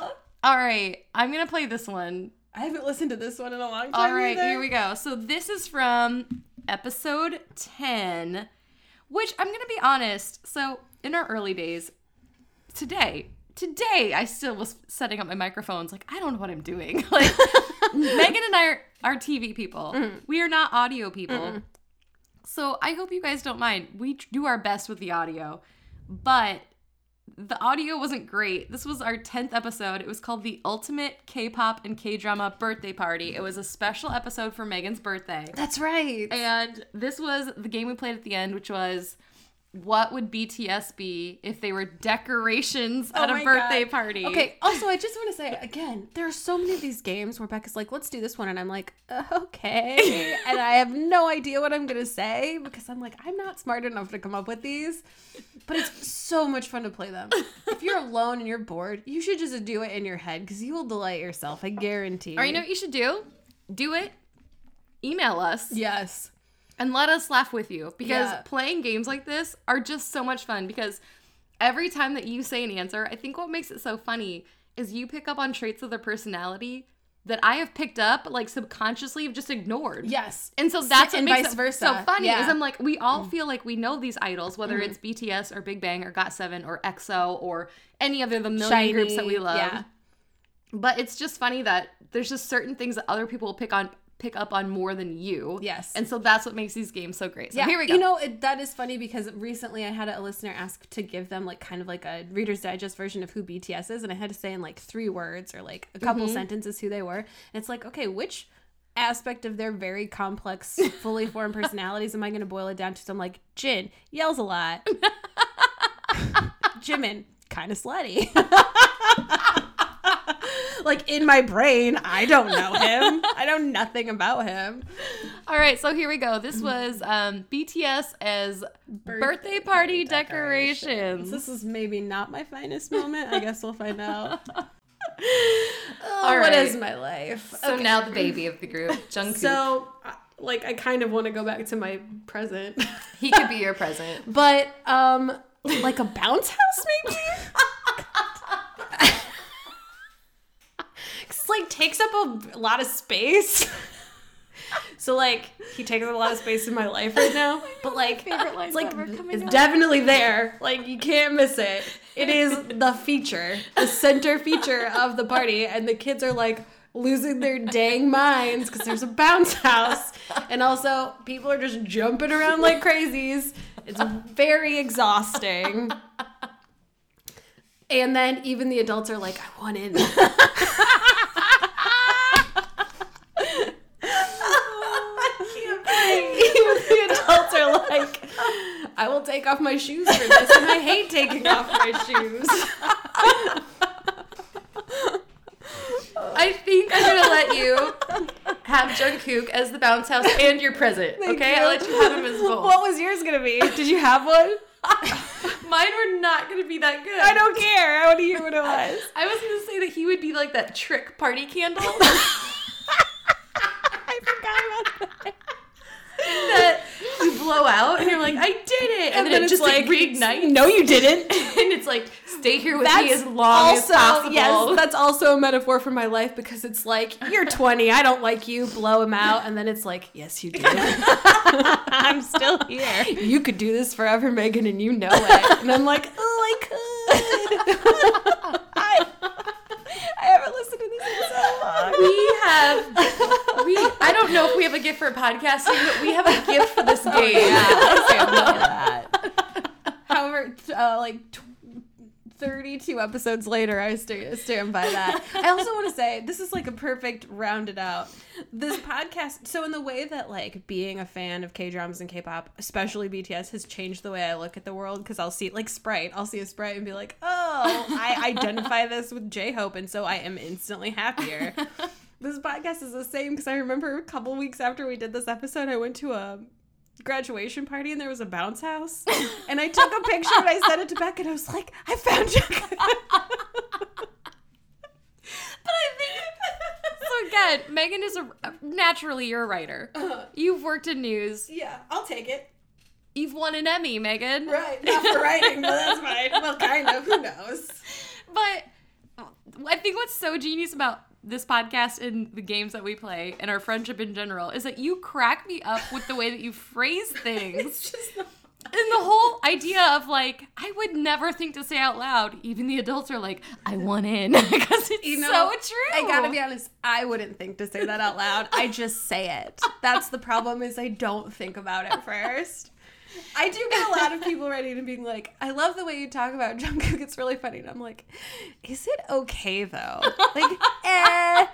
know.
All right, I'm gonna play this one.
I haven't listened to this one in a long time.
All right,
either.
here we go. So this is from episode 10, which I'm going to be honest. So in our early days, today, today I still was setting up my microphones like I don't know what I'm doing. Like Megan and I are, are TV people. We are not audio people. So I hope you guys don't mind. We tr- do our best with the audio, but the audio wasn't great. This was our 10th episode. It was called The Ultimate K pop and K drama Birthday Party. It was a special episode for Megan's birthday.
That's right.
And this was the game we played at the end, which was what would BTS be if they were decorations at a
my
birthday
God.
party?
Okay. Also, I just want to say again, there are so many of these games where Becca's like, "Let's do this one," and I'm like, "Uh, "Okay," and I have no idea what I'm gonna say because I'm like, I'm not smart enough to come up with these. But it's so much fun to play them. If you're alone and you're bored, you should just do it in your head because you will delight yourself. I guarantee.
Or you know what you should do? do it. Email us
Yes.
and let us laugh with you because
Yeah.
playing games like this are just so much fun because every time that you say an answer, I think what makes it so funny is you pick up on traits of their personality that I have picked up like subconsciously have just ignored.
Yes.
And so that's what
and
makes
vice
it
versa.
so funny
Yeah. Mm. Mm-hmm.
is I'm like we all feel like we know these idols whether it's BTS or Big Bang or GOT7 or EXO or any other the million groups that we
Shiny,
love.
yeah.
But it's just funny that there's just certain things that other people pick on pick up on more than you.
Yes.
And so that's what makes these games so great. So
Yeah,
here we go.
You know, it, that is funny because recently I had a listener ask to give them like kind of like a Reader's Digest version of who BTS is, and I had to say in like three words or like a
Mm-hmm.
couple sentences who they were. And it's like, okay, which aspect of their very complex, fully formed personalities am I going to boil it down to? So I'm like, Jin yells a lot. Jimin kind of slutty. like in my brain, I don't know him. I know nothing about him.
all right, so here we go. This was um, BTS as birthday, party decorations.
This is maybe not my finest moment. I guess we'll find out.
All
What
right.
is my life?
So now the baby of the group, Jungkook.
So, I- like, I kind of want to go back to my present.
he could be your present.
But um, like a bounce house, maybe. 'Cause, like takes up a lot of space.
so, like, he takes up a lot of space in my life right now, but like,
It's like
it's definitely there. Like, you can't miss it. It is the feature, the center feature of the party, and the kids are like losing their dang minds because there's a bounce house, and also people are just jumping around like crazies. It's very exhausting. And then even the adults are like, I want in.
Oh,
Even the adults are like, I will take off my shoes for this, and I hate taking off my shoes.
I think I'm gonna let you have Jungkook as the bounce house and your present. okay, I'll let you have him as both.
What was yours gonna be? Did you have one?
Mine were not gonna be that good.
I don't care. I want to hear what it was.
I was gonna say that he would be like that trick party candle.
I forgot about that.
that you blow out and you're like, I did it, and, then, it just like, reignites,
No, you didn't.
and it's like, stay here with me
That's
as long as possible.
Yes, that's also a metaphor for my life because it's like, you're 20, I don't like you, blow him out. And then it's like, yes, you did.
I'm still here.
you could do this forever, Megan, and you know it. And I'm like, oh, I could.
I haven't listened to this in so long.
we have we I don't know if we have a gift for podcasting, but we have a gift for this game.
However, t- uh, like tw 32 episodes later, I sta- stand by that. I also want to say this is like a perfect rounded out. This podcast, so in the way that like being a fan of K dramas and K pop, especially BTS, has changed the way I look at the world because I'll see like Sprite, I'll see a Sprite and be like, oh, I identify this with J Hope, and so I am instantly happier. This podcast is the same because I remember a couple weeks after we did this episode, I went to a graduation party and there was a bounce house. And I took a picture and I sent it to Beck and I was like, I found you.
But I think so. Again, Megan is a naturally you're a writer.
Uh-huh.
You've worked in news.
yeah, I'll take it.
You've won an Emmy, Megan.
Right. Not for writing, but that's fine. Well, kind of. Who knows?
But I think what's so genius about this podcast and the games that we play and our friendship in general is that you crack me up with the way that you phrase things. And the whole idea of like, I would never think to say out loud. Even the adults are like, I want in because it's
You know,
so true.
I gotta be honest, I wouldn't think to say that out loud. I just say it. That's the problem is I don't think about it first. I do get a lot of people writing and being like, I love the way you talk about Jungkook. It's really funny. And I'm like, is it okay though? Like, eh.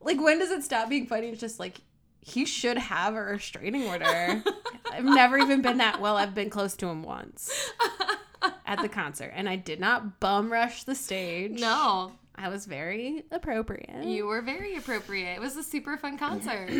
Like, when does it stop being funny? It's just like, he should have a restraining order. I've never even been that well. I've been close to him once at the concert, and I did not bum rush the stage.
No,
I was very appropriate.
You were very appropriate. It was a super fun concert.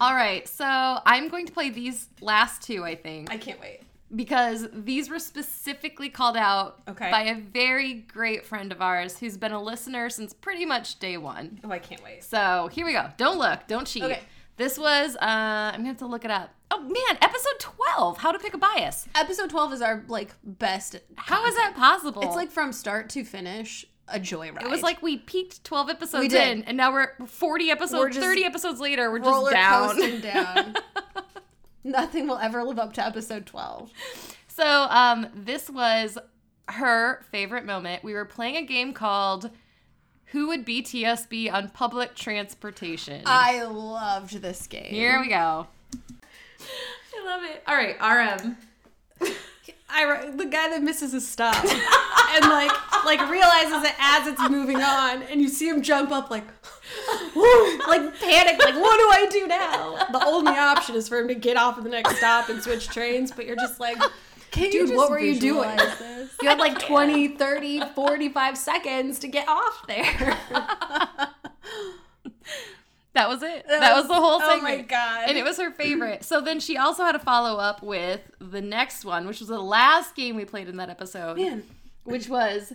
All right, so I'm going to play these last two, I think.
can't wait.
because these were specifically called out
Okay.
by a very great friend of ours who's been a listener since pretty much day one.
Oh, I can't wait.
So here we go. Don't look. Don't cheat.
Okay.
This was, uh, I'm going to have to look it up. Oh man, episode 12 How to Pick a Bias.
Episode 12 is our like best.
How is that possible?
It's like from start to finish a joyride.
It was like we peaked 12 episodes
We did.
in, and now we're 40 episodes,
We're just
30 episodes later, we're just
roller
down.
coasting down. Nothing will ever live up to episode 12.
So, um, this was her favorite moment. We were playing a game called Who Would BTS Be on Public Transportation?
I loved this game.
Here we go.
I love it. All right, RM.
I wrote- the guy that misses his stop and like like realizes it as it's moving on, and you see him jump up like like panic, like what do I do now? The only option is for him to get off at the next stop and switch trains, but you're just like,
Can you
dude, what
just
were you doing?
visualize this?
You had like 20, 30, 45 seconds to get off there.
That was it. That, was, the whole
oh
thing.
my God.
And it was her favorite. So then she also had a follow up with the next one, which was the last game we played in that episode,
Man.
which was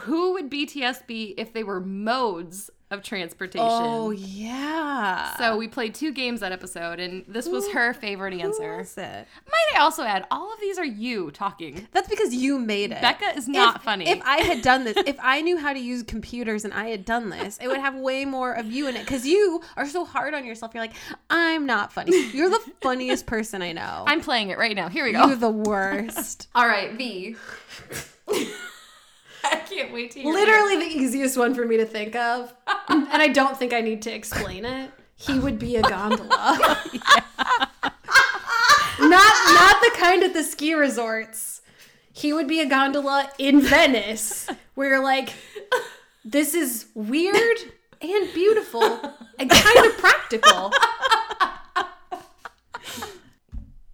Who Would BTS Be if they were modes of transportation?
Oh, yeah.
So we played two games that episode, and this was her favorite answer.
That's it.
Might I also add, all of these are you talking.
That's because you made it.
Becca is not
if,
funny.
If I had done this, if I knew how to use computers and I had done this, it would have way more of you in it because you are so hard on yourself. You're like, I'm not funny. You're the funniest person I know.
I'm playing it right now. Here we go.
You're the worst.
All right, V. I can't wait to hear.
Literally the easiest one for me to think of, and I don't think I need to explain it. He would be a gondola. not not the kind at the ski resorts. He would be a gondola in Venice, where you're like, this is weird and beautiful and kind of practical.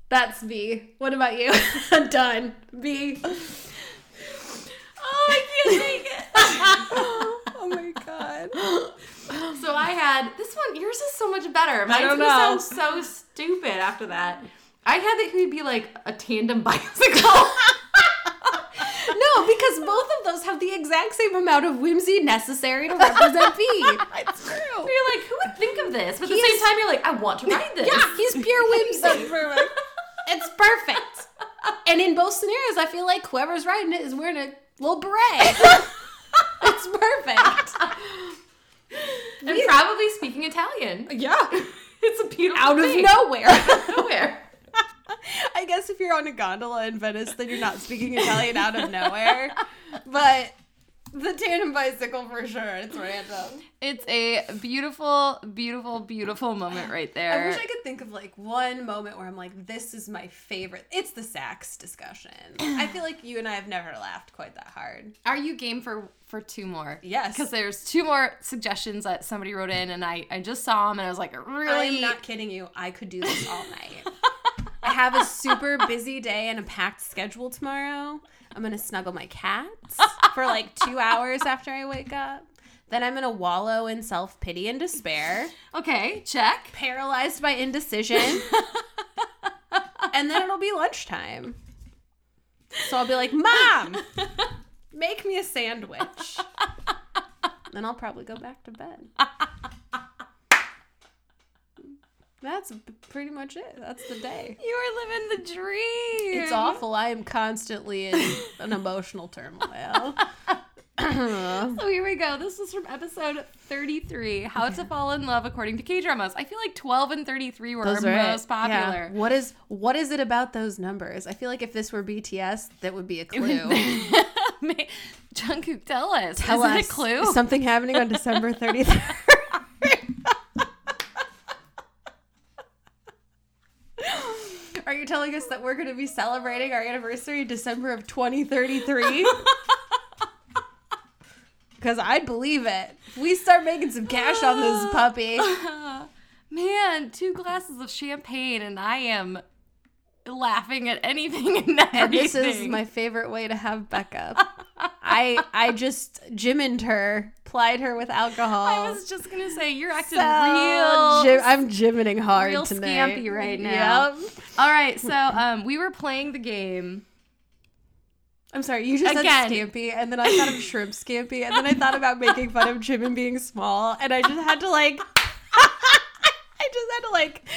That's V. What about you? Done. V.
oh, I can't take it.
oh my god.
So I had this one. Yours is so much better. Mine's
don't
gonna
know.
sound so stupid after that. I had that he'd be like a tandem bicycle.
No, because both of those have the exact same amount of whimsy necessary to represent B.
It's true.
you're like, who would think of this? But at the same time, you're like, I want to ride this.
Yeah, he's pure whimsy.
Perfect.
It's perfect. And in both scenarios, I feel like whoever's riding it is wearing a little beret. It's perfect.
And probably speaking Italian.
Yeah.
It's a beautiful
Out of
thing.
nowhere.
nowhere.
I guess if you're on a gondola in Venice, then you're not speaking Italian out of nowhere. But the tandem bicycle for sure. It's random.
It's a beautiful, beautiful, beautiful moment right
I
there.
wish I could think of like one moment where I'm like, this is my favorite. It's the sax discussion. I feel like you and I have never laughed quite that hard.
Are you game for for two more?
Yes.
Because there's two more suggestions that somebody wrote in, and I I just saw them, and I was like,
I'm
really?
not kidding you. I could do this all night. I have a super busy day and a packed schedule tomorrow. I'm going to snuggle my cats for like two hours after I wake up. Then I'm going to wallow in self pity and despair,
okay, check.
paralyzed by indecision. and then it'll be lunchtime. So I'll be like, Mom, make me a sandwich. Then I'll probably go back to bed. That's b- pretty much it. That's the day.
You are living the dream.
It's awful. I am constantly in an emotional turmoil. Oh.
So here we go. This is from episode 33 How to Fall in Love According to K Dramas. I feel like 12 and 33 were our
it.
most popular.
Yeah. What is what is it about those numbers? I feel like if this were BTS, that would be a clue.
Ma- Jungkook, tell us.
Tell
is
us
it a clue?
is something happening on December 33rd. Are you telling us that we're going to be celebrating our anniversary December of 2033? Because I'd believe it. If we start making some cash on this puppy.
Man, two glasses of champagne, and I am laughing at anything and everything.
And this is my favorite way to have Becca. I I just gymmed her, plied her with alcohol.
I was just gonna say you're acting
Oh. So,
real
gym- I'm gymming hard
real
tonight.
scampy right now.
Yep.
All right, so um, we were playing the game.
I'm sorry, you just
Again.
said scampy, and then I thought of shrimp scampy, and then I thought about making fun of Jim and being small, and I just had to like. I just had to like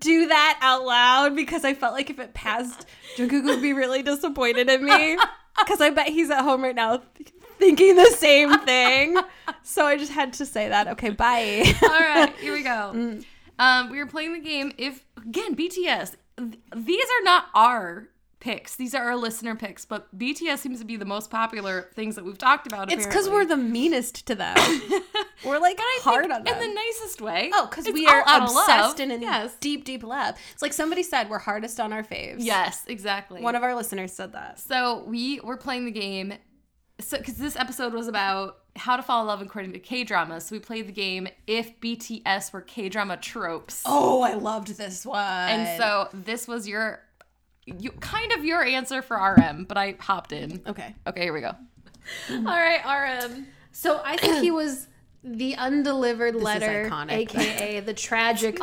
do that out loud because I felt like if it passed, Jungkook would be really disappointed at me because I bet he's at home right now th- thinking the same thing. So I just had to say that. Okay, bye.
All right, here we
Mm.
go. Um, we were playing the game. If again BTS, th- these are not our picks. These are our listener picks, but BTS seems to be the most popular things that we've talked about.
It's because we're
apparently.
the meanest to them. We're like hard on them.
in the nicest way.
Oh, because
It's
we
all
are
out of love.
obsessed and in
yes,
deep, deep love. It's like somebody said, we're hardest on our faves.
yes, exactly.
One of our listeners said that.
So we were playing the game. So because this episode was about how to fall in love according to K dramas, so we played the game if BTS were K drama tropes.
Oh, I loved this one.
And so this was your, you kind of your answer for RM, but I hopped in.
okay.
Okay, here we go. All right, RM.
So I think he was the undelivered letter,
iconic.
aka the tragic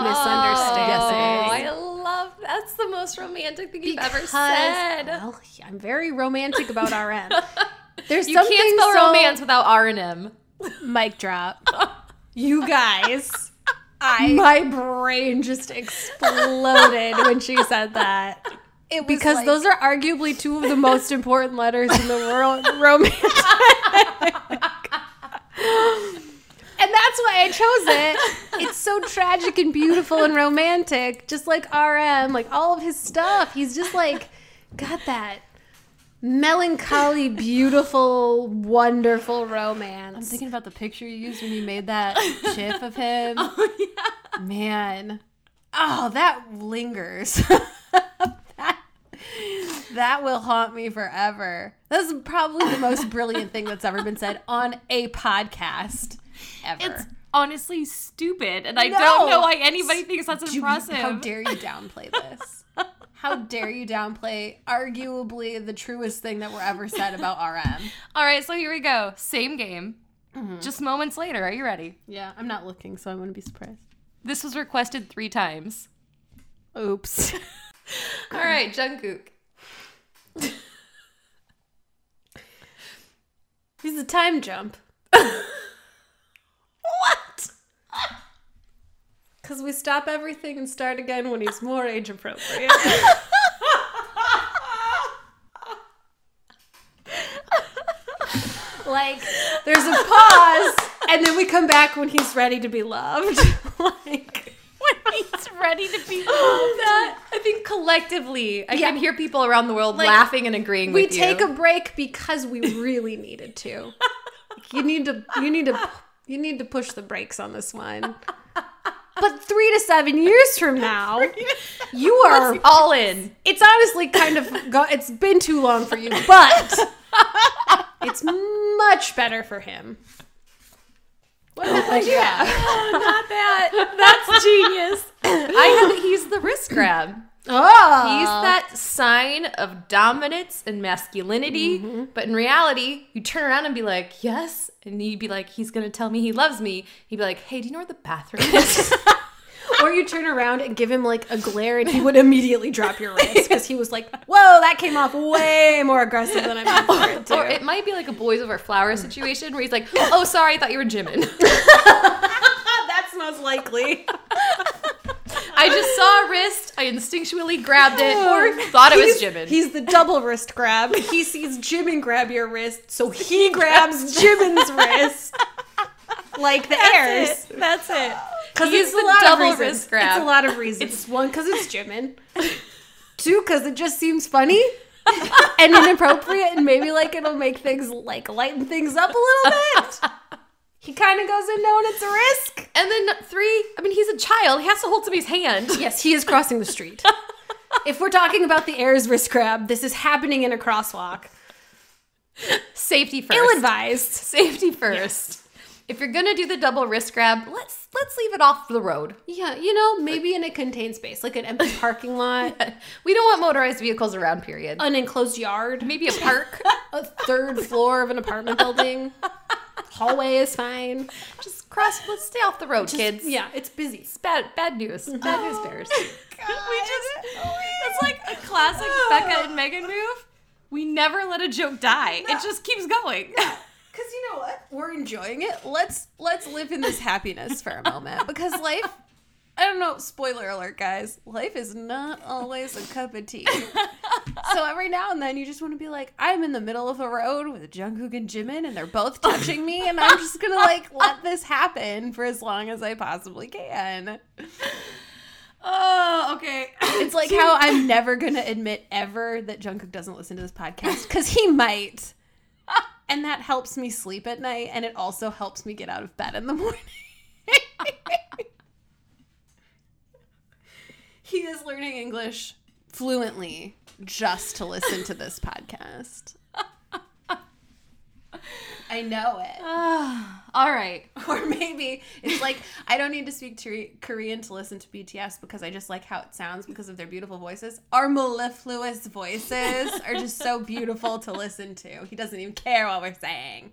Oh,
misunderstanding.
I love that's the most romantic thing you've ever
Because-
said.
Well, I'm very romantic about RM. There's
You
something
can't spell
so-
romance without R and M.
Mic drop.
You guys. I
My brain just exploded when she said that.
it was
Because
like-
those are arguably two of the most important letters in the world romance. and that's why I chose it. It's so tragic and beautiful and romantic, just like RM, like all of his stuff. He's just like got that melancholy, beautiful, wonderful romance.
I'm thinking about the picture you used when you made that gif of him. Man. Oh, that lingers. that, that will haunt me forever. That's probably the most brilliant thing that's ever been said on a podcast ever.
It's honestly stupid, and I
No.
don't know why anybody thinks that's
Do you-
impressive.
How dare you downplay this? How dare you downplay arguably the truest thing that were ever said about RM?
All right, so here we go. Same game.
Mm-hmm.
Just moments later. Are you ready?
Yeah, I'm not looking, so I'm gonna be surprised.
This was requested three times.
Oops.
All right, Jungkook.
He's a time jump.
what?
Because we stop everything and start again when he's more age appropriate. like, there's a pause, and then we come back when he's ready to be loved. like,
It's ready to be.
That I think collectively, I can hear people around the world laughing and agreeing
we
with you.
take a break because we really needed to. You need to, you need to, you need to push the brakes on this one. But three to seven years from now, you are
all in.
it's honestly kind of go it's been too long for you, but it's much better for him.
Oh
What happened?
Yeah.
That's genius. I have. He's the wrist grab. He's
Oh,
that sign of dominance and masculinity. But in reality, you turn around and be like, "Yes," and you'd be like, "He's gonna tell me he loves me." He'd be like, "Hey, do you know where the bathroom is?"
or you turn around and give him like a glare, and he would immediately drop your wrist because he was like, "Whoa, that came off way more aggressive than I meant
Oh,
for it
or
to."
it might be like a boys over flowers situation where he's like, "Oh, sorry, I thought you were Jimin.
That's most likely.
I just saw a wrist. I instinctually grabbed it. Or thought it was Jimin."
He's the double wrist grab. He sees Jimin grab your wrist, so he grabs Jimin's wrist. Like the heirs.
That's it.
Because
He
it's
is
a
the
lot
double
of reasons.
wrist grab.
It's a lot of reasons. It's one because it's Jimin. Two because it just seems funny and inappropriate, and maybe like it'll make things like lighten things up a little bit. He kind of goes in knowing it's a risk.
And then three, I mean, he's a child. He has to hold somebody's hand.
Yes, he is crossing the street. If we're talking about the air's wrist grab, this is happening in a crosswalk.
Safety first.
Ill advised.
Safety first. If you're gonna do the double wrist grab, let's let's leave it off the road.
Yeah, you know, maybe in a contained space, like an empty parking lot,
We don't want motorized vehicles around. Period.
an enclosed yard,
Maybe a park.
a third floor of an apartment building. Hallway is fine.
Just cross. Let's stay off the road, kids.
Yeah, it's busy.
It's bad. Bad news. Bad news bears.
We just
That's like a classic Becca and Megan move. We never let a joke die. It just keeps going.
Because you know what? We're enjoying it. Let's let's live in this happiness for a moment. Because life I don't know, spoiler alert guys, life is not always a cup of tea. so every now and then you just want to be like, I'm in the middle of a road with Jungkook and Jimin and they're both touching me and I'm just gonna like let this happen for as long as I possibly can.
Oh, okay.
It's like how I'm never gonna admit ever that Jungkook doesn't listen to this podcast because he might, and that helps me sleep at night, and it also helps me get out of bed in the morning. he is learning English fluently just to listen to this podcast. I know it.
All right.
Or maybe it's like I don't need to speak to Korean to listen to BTS because I just like how it sounds because of their beautiful voices. Our mellifluous voices are just so beautiful to listen to. He doesn't even care what we're saying.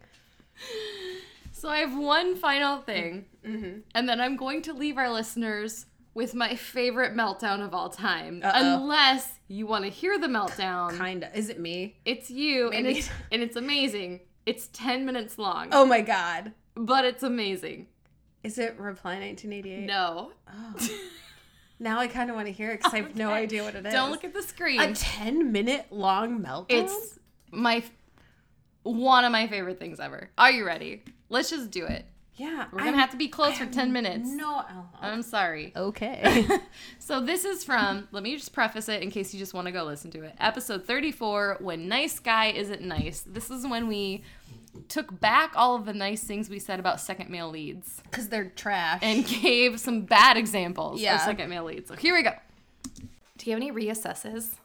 So I have one final thing,
Mm-hmm.
and then I'm going to leave our listeners with my favorite meltdown of all time.
Uh-oh.
Unless you want to hear the meltdown,
Kinda. Is it me?
it's you, and
Maybe.
it's and it's amazing. It's ten minutes long,
Oh my god.
but it's amazing.
Is it Reply 1988?
No,
Now I kind of want to hear it because I have no
Okay.
idea what it is.
don't look at the screen.
a 10 minute long meltdown?
It's my f- one of my favorite things ever. Are you ready? Let's just do it.
yeah.
We're gonna have Uh, to be close for ten minutes.
No.
I'm sorry.
Okay.
So this is from, let me just preface it in case you just want to go listen to it. Episode 34, When Nice Guy Isn't Nice. This is when we took back all of the nice things we said about second male leads
Because they're trash.
and gave some bad examples
Yeah.
of second male leads. So here we go. Do you have any reassesses?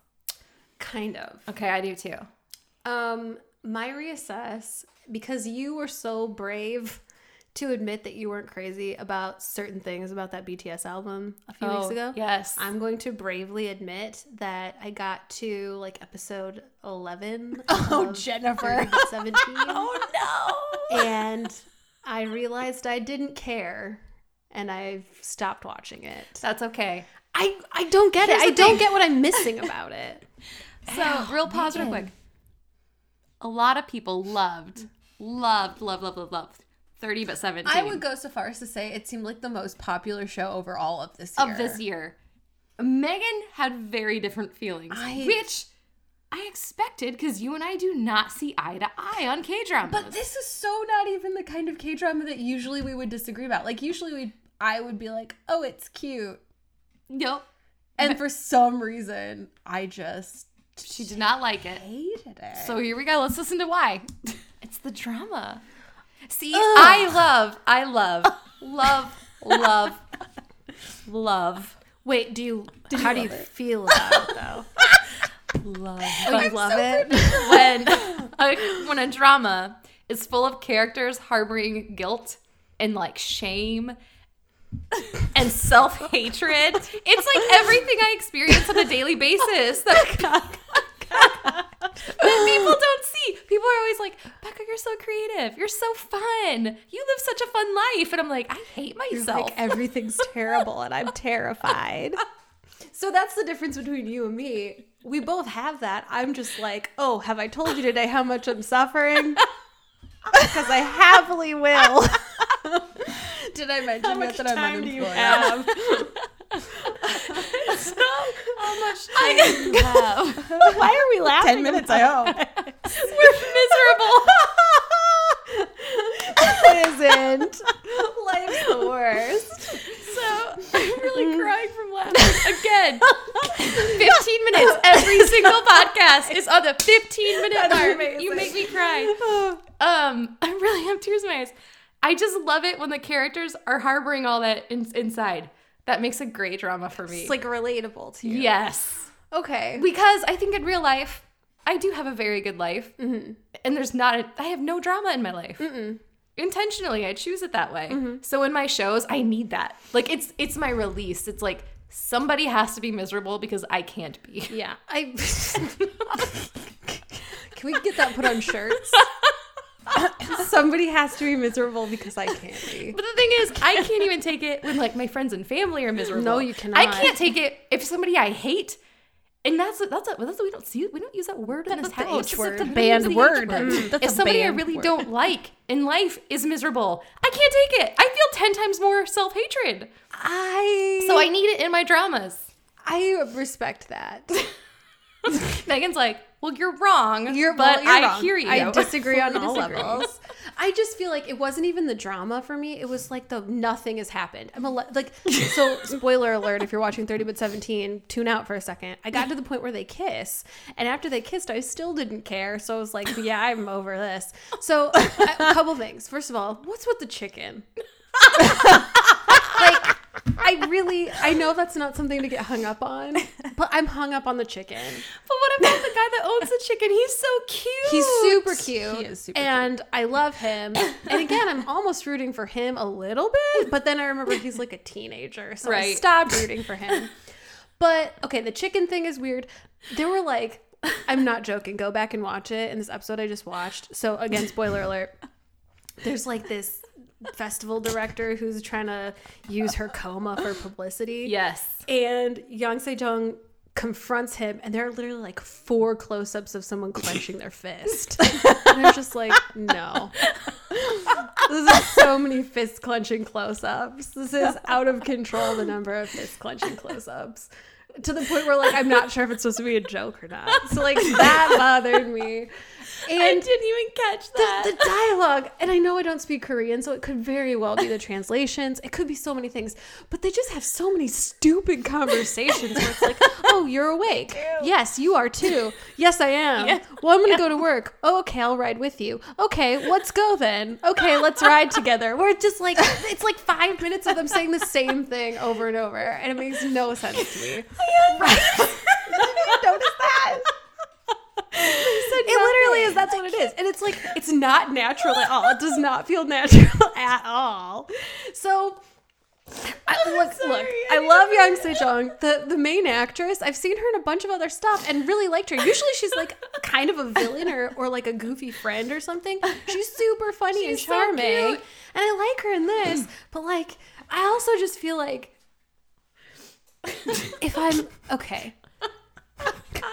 Kind of.
Okay, I do too.
Um, my reassess because you were so brave to admit that you weren't crazy about certain things about that BTS album a few weeks ago.
Oh, Yes.
I'm going to bravely admit that I got to like episode 11. Oh,
Jennifer.
17.
oh no.
and I realized I didn't care and I stopped watching it.
That's okay.
I, I don't get it. I don't get what I'm missing about it.
So, real pause real quick. A lot of people loved, loved, loved, loved, loved, loved 30 but 17
I would go so far as to say it seemed like the most popular show overall of this year.
of this year. Megan had very different feelings,
I-
which I expected because you and I do not see eye to eye on K dramas.
But this is so not even the kind of K drama that usually we would disagree about. Like usually we I would be like, "Oh, it's cute."
nope,
And for some reason, I just
she did not like it.
hated it.
So here we go. Let's listen to why. It's the drama. See, I love, I love, love, love, love,
Wait, do you, how do you feel about it though?
love.
I love it.
when a, when a drama is full of characters harboring guilt and like shame and self hatred, it's like everything I experience on a daily basis that, that people don't see. People are always like, "Becca, you're so creative. You're so fun. You live such a fun life." And I'm like, "I hate myself."
like everything's terrible and I'm terrified.
So that's the difference between you and me. We both have that. I'm just like, oh, have I told you today how much I'm suffering? Because I happily will.
Did I mention yet that I'm unemployed?
How much time do you have?
Why are we laughing?
10 minutes, I hope.
Miserable.
It isn't. Life's the worst.
So I'm really crying from laughter again. 15 minutes every single podcast is on the 15 minute mark. You make me cry. Um, I really have tears in my eyes. I just love it when the characters are harboring all that in- inside. That makes a great drama for me.
It's like relatable to you.
yes,
Okay.
because I think in real life I do have a very good life, and there's not a, I have no drama in my life. intentionally i choose it that way so in my shows i need that like it's it's my release it's like somebody has to be miserable because i can't be
Yeah. I Can we get that put on shirts?
Somebody has to be miserable because I can't be.
but the thing is i can't even take it when like my friends and family are miserable
No, you
i
cannot.
can't take it if somebody i hate and that's that's, a, that's a, we don't see we don't use that word in this
the
house.
H word.
It's a
We don't
banned
use the H
word.
word. Mm.
if
a
somebody I
banned
really
word.
don't like in life is miserable, I can't take it. I feel ten times more self hatred.
I
Mm.
So I need it in my dramas.
I respect that.
Megan's like, well, you're wrong.
You're
but
well, you're
I
wrong.
hear you.
I disagree on all
Fully disagree.
levels. I just feel like it wasn't even the drama for me. It was like the nothing has happened. I'm a le- like so spoiler alert if you're watching 30 but 17, tune out for a second. I got to the point where they kiss, and after they kissed, I still didn't care. So I was like, yeah, I'm over this. So I- a couple things. First of all, what's with the chicken? like I really I know that's not something to get hung up on, but I'm hung up on the chicken.
But what about the guy that owns the chicken? He's so cute.
He's super cute.
He is super
and I love him. And again, I'm almost rooting for him a little bit, but then I remember he's like a teenager. So I
Right.
stopped rooting for him. But okay, the chicken thing is weird. There were like, I'm not joking. Go back and watch it in this episode I just watched. So again, spoiler alert. There's like this festival director who's trying to use her coma for publicity.
Yes.
And Yang Sejong confronts him, and there are literally like four close ups of someone clenching their fist. and they're just like, no. this is so many fist clenching close ups. This is out of control, the number of fist clenching close ups. To the point where, like, I'm not sure if it's supposed to be a joke or not. So, like, that bothered me. And
didn't even catch
the, the dialogue, and I know I don't speak Korean, so it could very well be the translations. It could be so many things, but they just have so many stupid conversations where it's like, "Oh, you're awake. Yes, you are too. Yes, I am. Well, I'm gonna go to work. Oh, okay, I'll ride with you. Okay, let's go then. Okay, let's ride together." Where it's just like it's like five minutes of them saying the same thing over and over, and it makes no sense to me.
notice that.
It literally is. That's what it is. And it's like, it's not natural at all. It does not feel natural at all. So. I, look, look! I love Yang Sejong, the the main actress. I've seen her in a bunch of other stuff and really liked her. Usually, she's like kind of a villain or, or like a goofy friend or something. She's super funny and
so
charming, and
cute.
I like her in this. But like, I also just feel like if I'm okay,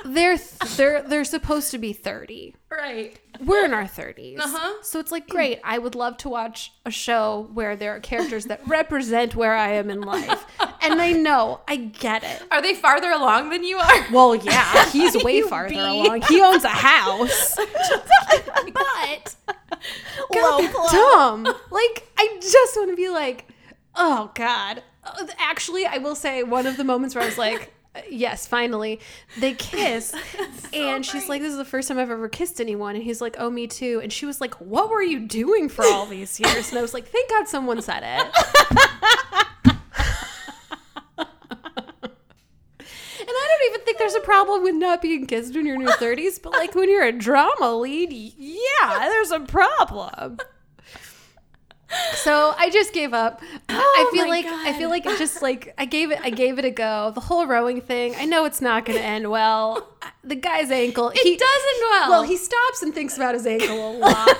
they're they're they're supposed to be 30
Right.
we're in our 30s
Uh-huh.
so it's like great i would love to watch a show where there are characters that represent where i am in life and i know i get it
Are they farther along than you are?
well yeah he's way
You
farther
bee.
along he owns a house
but
God, they're dumb like i just want to be like oh god Uh, actually i will say one of the moments where i was like uh, Yes, finally. They kiss. and she's like, This is the first time I've ever kissed anyone. And he's like, Oh, me too. And she was like, What were you doing for all these years? And I was like, Thank God someone said it. And I don't even think there's a problem with not being kissed when you're in your 30s, but like when you're a drama lead, y- yeah, there's a problem. So I just gave up. I feel
Oh my
like I feel like it just like I gave it I gave it a go. The whole rowing thing, I know it's not going to end well. The guy's ankle,
it doesn't well.
well, he stops and thinks about his ankle a lot.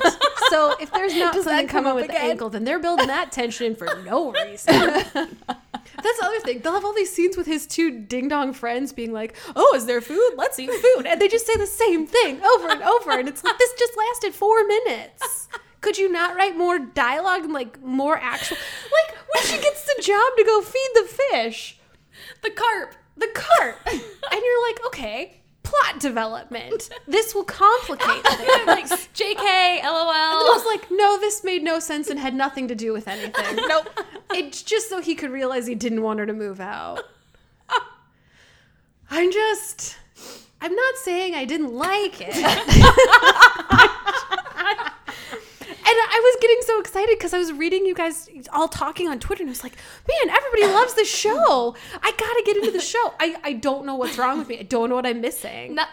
so if there's not something coming with the ankle, then they're building that tension for no reason. That's the other thing. They'll have all these scenes with his two ding dong friends being like, "Oh, is there food? Let's eat food," and they just say the same thing over and over, and it's like this just lasted four minutes. Could you not write more dialogue and like more actual? Like when she gets the job to go feed the fish
the carp.
the cart. and you're like, okay, plot development. This will complicate
I'm
things.
like, JK,
I was
LOL.
like, no, this made no sense and had nothing to do with anything. Nope. It's just so he could realize he didn't want her to move out. I'm just, I'm not saying I didn't like it. and I was getting so excited because I was reading you guys all talking on Twitter and I was like, man, everybody loves this show. I got to get into the show. I, I don't know what's wrong with me. I don't know what I'm missing.
No,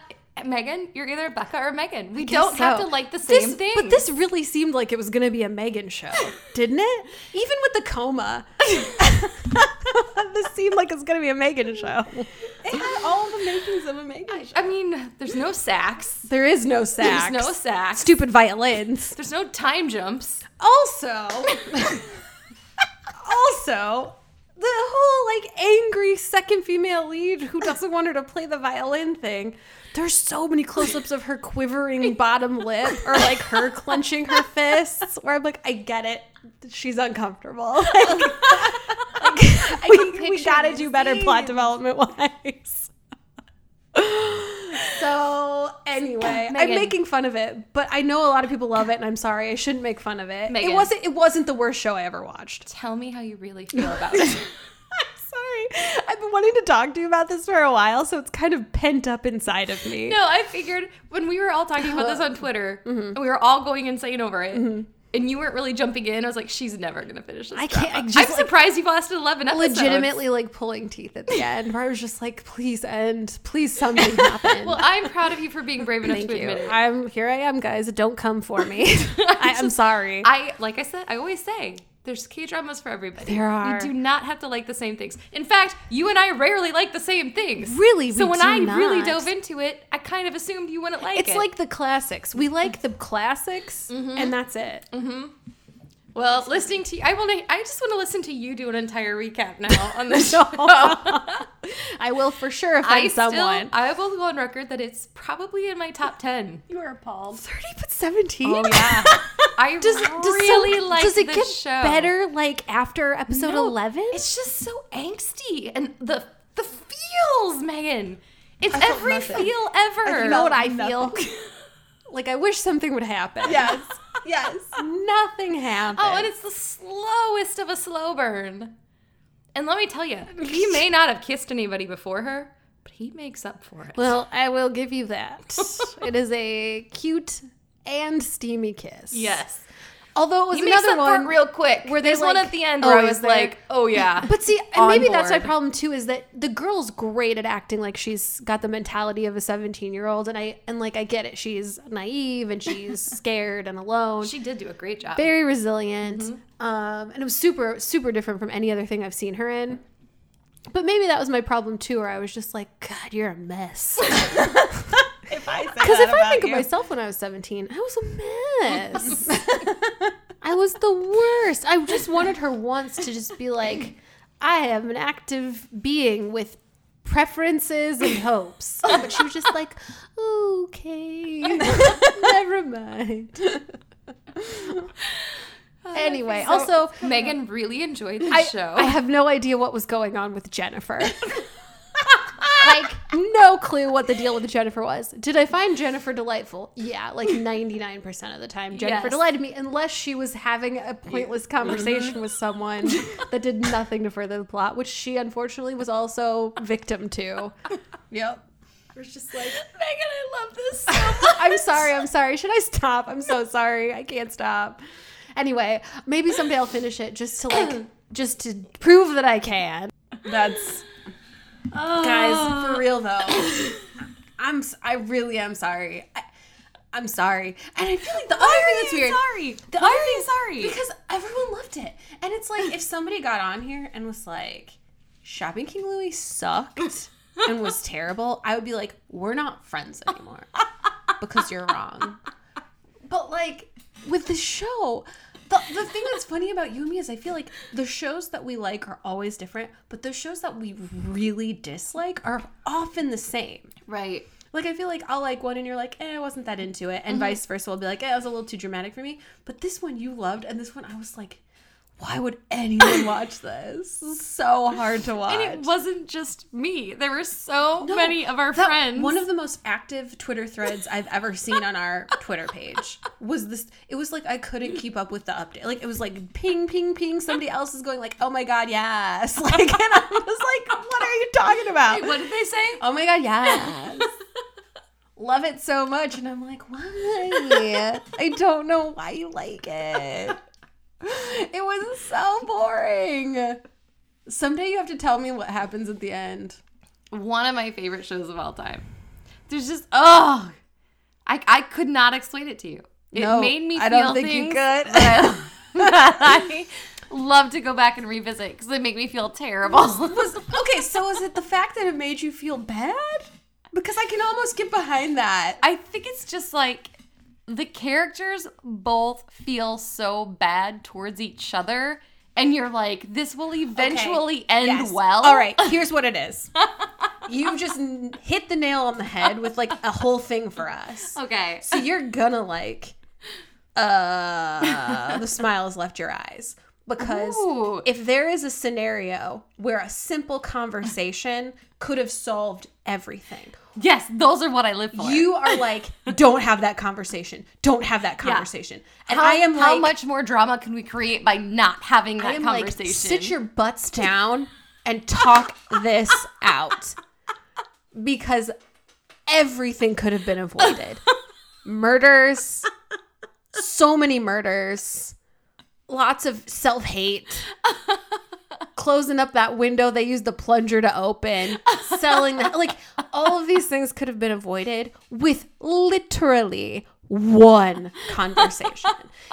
Megan, you're either Becca or Megan. We don't have
so.
to like the same
This,
thing.
but this really seemed like it was going to be a Megan show, didn't it? Even with the coma, this seemed like it's going to be a Megan show.
It had all the makings of a Megan show.
I mean, there's no sacks.
There is no
There's
sax.
no sacks.
stupid violins.
There's no time jumps.
Also,
Also, the whole like angry second female lead who doesn't want her to play the violin thing. There's so many close-ups of her quivering bottom lip or like her clenching her fists where I'm like, I get it. She's uncomfortable. Like, like, we, we
picture
gotta
these
do better plot
scenes.
development wise. So anyway, I'm
Megan.
making fun of it, but I know a lot of people love it, and I'm sorry. I shouldn't make fun of it.
Megan.
It wasn't. It wasn't the worst show I ever watched.
Tell me how you really feel about it.
Sorry, I've been wanting to talk to you about this for a while, so it's kind of pent up inside of me.
No, I figured when we were all talking about this on Twitter,
Mm-hmm.
and we were all going insane over it, and you weren't really jumping in. I was like, she's never gonna finish this.
I can't-
drama."
I just,
I'm
like,
surprised you've lasted 11 episodes.
legitimately like pulling teeth at the end, where I was just like, "Please end, please something happen."
Well, I'm proud of you for being brave enough
Thank
to
you.
admit it.
I'm here. I am, guys. Don't come for me. I, I'm sorry.
I like I said, I always say there's K dramas for everybody.
There are.
We do not have to like the same things. In fact, you and I rarely like the same things.
Really,
So
we
when
do
I really
not.
dove into it, I kind of assumed you wouldn't like
it's
it.
like the classics. We like the classics, and that's it.
well, listening to you, I want to. I just want to listen to you do an entire recap now on this
No.
show. I
I will for sure offend someone.
still, I will go on record that it's probably in my top ten.
You are appalled.
Thirty but seventeen.
Oh yeah, I
Does, does some-
really like
does it
this
get
show.
better like after episode
No,
eleven?
It's just so angsty and the the feels, Megan. It's
felt
every
nothing.
feel ever.
You know what I
Nothing.
feel? like I wish something would happen.
yes, yes.
Nothing happened.
oh, and it's the slowest of a slow burn. And let me tell you, he may not have kissed anybody before her, but he makes up for it.
well, I will give you that. it is a cute and steamy kiss.
yes,
Although it was
he makes
another
up
one
for it real quick.
where
there's
they're
one
like-
at the end
Oh,
where I
is
was
there?
like, oh yeah.
But see,
on
and maybe that's my
board.
problem too is that the girl's great at acting like she's got the mentality of a 17-year-old and I and like I get it. She's naive and she's scared and alone.
she did do a great job.
very resilient.
Mm-hmm.
Um, and it was super super different from any other thing I've seen her in. But maybe that was my problem too where I was just like, god, you're a mess.
If I said
Cuz
that
if I think of
about you-
myself when I was 17, I was a mess. I was the worst. I just wanted her once to just be like, I am an active being with preferences and hopes. But she was just like, okay, never mind. anyway, also,
Megan really enjoyed the
I,
show.
I have no idea what was going on with Jennifer. like, no clue what the deal with Jennifer was. Did I find Jennifer delightful? Yeah, like 99% of the time, Jennifer
Yes. Mm-hmm.
delighted me, unless she was having a pointless conversation with someone that did nothing to further the plot, which she unfortunately was also victim to.
Yep.
Megan, I love this so much.
I'm sorry, I'm sorry. Should I stop? I'm so sorry. I can't stop. Anyway, maybe someday I'll finish it just to like, just to prove that I can.
That's guys for real though. I'm s- I really am sorry. I, I'm sorry, and I feel like the other thing that's weird.
Sorry.
The other thing- because everyone loved it, and it's like if somebody got on here and was like, "Shopping King Louis sucked and was terrible," I would be like, "We're not friends anymore," because you're wrong. But like with the show, the, the thing that's funny about you and me is I feel like the shows that we like are always different, but the shows that we really dislike are often the same.
Right.
Like I feel like I'll like one and you're like, eh, I wasn't that into it, and vice versa. I'll be like, eh, it was a little too dramatic for me. But this one you loved, and this one I was like, why would anyone watch this? This is so hard to watch.
And it wasn't just me. There were so
No,
many of our
that-
friends.
One of the most active Twitter threads I've ever seen on our Twitter page was this. It was like I couldn't keep up with the update. Like it was like ping, ping, ping. Somebody else is going like, "Oh my god, yes!" Like, and I was like, "What are you talking about?"
what did they say?
oh my god, yes. Love it so much, and I'm like, why? I don't know why you like it. It was so boring. Someday you have to tell me what happens at the end.
One of my favorite shows of all time.
There's just oh, I I could not explain it to you. It
No,
made me feel
I don't think you
things
could.
that I, that I love to go back and revisit because they make me feel terrible.
Was- okay, so is it the fact that it made you feel bad? Because I can almost get behind that.
I think it's just like the characters both feel so bad towards each other, and you're like, this will eventually end
Yes.
well.
All right, here's what it is. You just n- hit the nail on the head with like a whole thing for us.
Okay.
So you're gonna like uh the smile has left your eyes because
Ooh.
if there is a scenario where a simple conversation could have solved everything.
Yes, those are what I live for.
You are like don't have that conversation. Don't have that conversation. And
How-
I am
how
like
much more drama can we create by not having that
I am like
conversation?
sit your butts down and talk this out. Because everything could have been avoided. Murders, so many murders, lots of self hate, closing up that window they used the plunger to open, selling that. Like, all of these things could have been avoided with literally one conversation.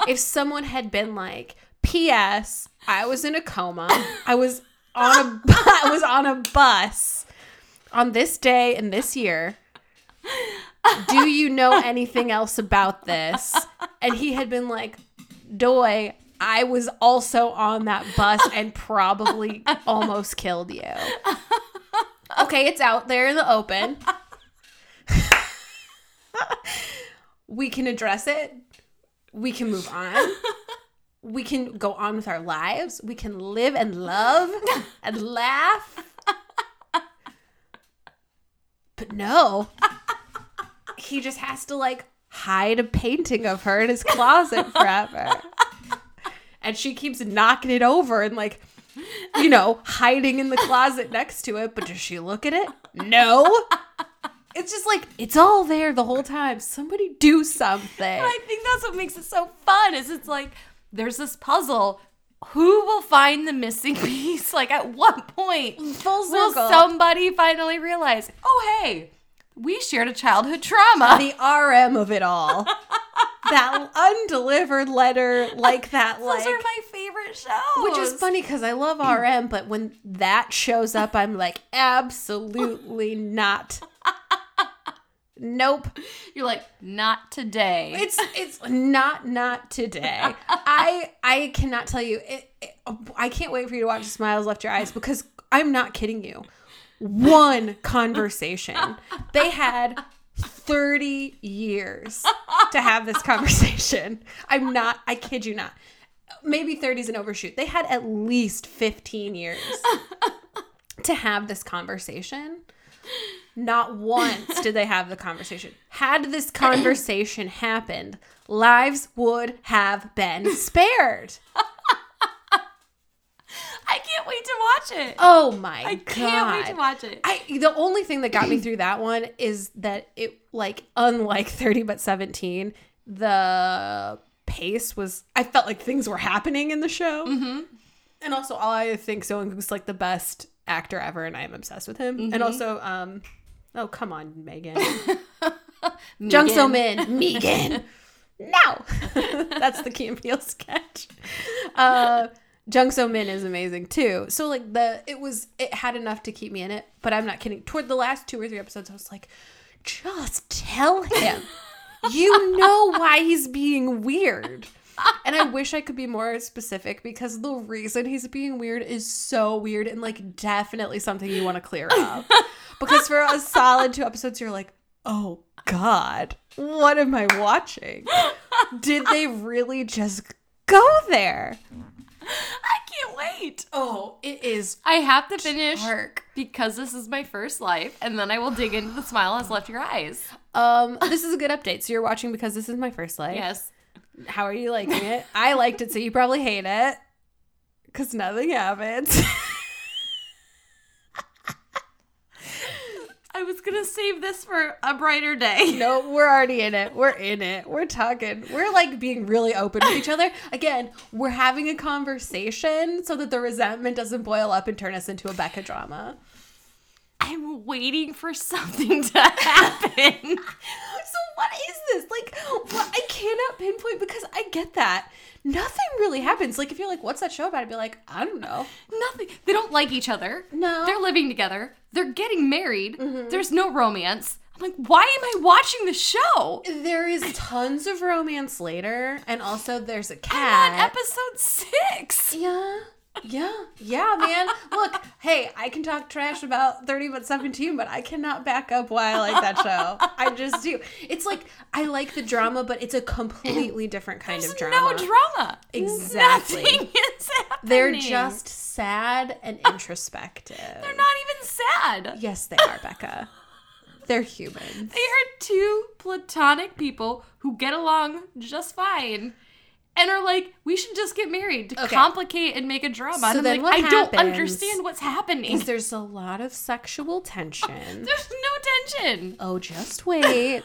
If someone had been like, P.S., I was in a coma, I was on a, bu- I was on a bus on this day and this year do you know anything else about this? And he had been like, Doy, I was also on that bus and probably almost killed you. Okay, it's out there in the open. we can address it. We can move on. We can go on with our lives. We can live and love and laugh. But no, he just has to like hide a painting of her in his closet forever. and she keeps knocking it over and like, you know, hiding in the closet next to it. But does she look at it? No. It's just like it's all there the whole time. Somebody do something.
I think that's what makes it so fun. Is it's like there's this puzzle. Who will find the missing piece? Like at what point
Full
will
circle.
somebody finally realize? Oh hey, we shared a childhood trauma.
the RM of it all. that undelivered letter, like that,
Those
like
are my favorite shows.
Which is funny because I love RM, but when that shows up, I'm like, absolutely not. Nope.
You're like not today.
It's it's not not today. I I cannot tell you. It, it- I can't wait for you to watch Smiles Left Your Eyes because I'm not kidding you. One conversation. They had 30 years to have this conversation. I'm not I kid you not. Maybe 30 is an overshoot. They had at least 15 years to have this conversation. Not once did they have the conversation. Had this conversation happened, lives would have been spared.
I can't wait to watch it.
Oh my I god.
Can't wait to watch it.
I the only thing that got me through that one is that it like unlike 30 but 17, the pace was I felt like things were happening in the show. Mm-hmm. And also I think So Eun's like the best actor ever and I am obsessed with him.
Mm-hmm.
And also um oh come on Megan. Jung So Min, Megan. No, that's the Key and Peele sketch. Uh, Jung So Min is amazing too. So like the it was it had enough to keep me in it, but I'm not kidding. Toward the last two or three episodes, I was like, just tell him. you know why he's being weird. And I wish I could be more specific because the reason he's being weird is so weird and like definitely something you want to clear up. Because for a solid two episodes, you're like, oh God, what am I watching? Did they really just go there?
I can't wait.
Oh, it is
I have to finish because this is my first life, and then I will dig into the smile has left your eyes.
Um, this is a good update. So you're watching because this is my first life.
Yes.
How are you liking it? I liked it, so you probably hate it. Cause nothing happens.
I was gonna save this for a brighter day.
no, we're already in it. We're in it. We're talking. We're like being really open with each other. Again, we're having a conversation so that the resentment doesn't boil up and turn us into a Becca drama.
I'm waiting for something to happen.
So what is this? Like, what, I cannot pinpoint because I get that nothing really happens. Like, if you're like, "What's that show about?" I'd be like, "I don't know."
Nothing. They don't like each other.
No. Mm-hmm.
They're living together. They're getting married. There's no romance. I'm like, why am I watching the show?
There is tons of romance later, and also there's a
I'm on
cat.
episode six.
yeah, yeah, yeah, man. Look, hey, I can talk trash about Thirty But Seventeen, but I cannot back up why I like that show. I just do. It's like I like the drama, but it's a completely different kind of drama.
No drama.
Exactly.
Nothing is happening.
They're just sad and introspective.
They're not even sad.
Yes, they are, Becca. They're humans.
They are two platonic people who get along just fine and are like, we should just get married to
Okay.
complicate and make a drama. and
So
I'm like,
then what
I don't
happens
understand what's happening.
Because there's a lot of sexual tension.
There's no tension.
Oh, just wait.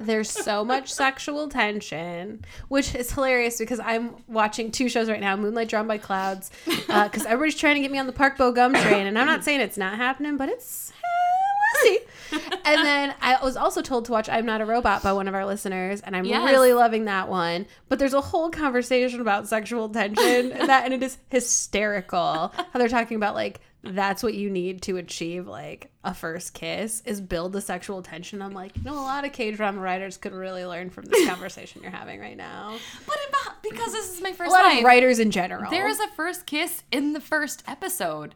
There's so much sexual tension, which is hilarious because I'm watching two shows right now Moonlight Drawn by Clouds, because everybody's trying to get me on the Park Bo Gum train. And I'm not saying it's not happening, but it's. eh, we'll see. and then I was also told to watch I'm Not a Robot by one of our listeners, and I'm
Yes.
really loving that one. But there's a whole conversation about sexual tension and that, and it is hysterical how they're talking about like that's what you need to achieve like a first kiss is build the sexual tension. I'm like, you know, a lot of K drama writers could really learn from this conversation you're having right now.
But about, because this is my
A
first
lot of
time,
writers in general.
there is a first kiss in the first episode.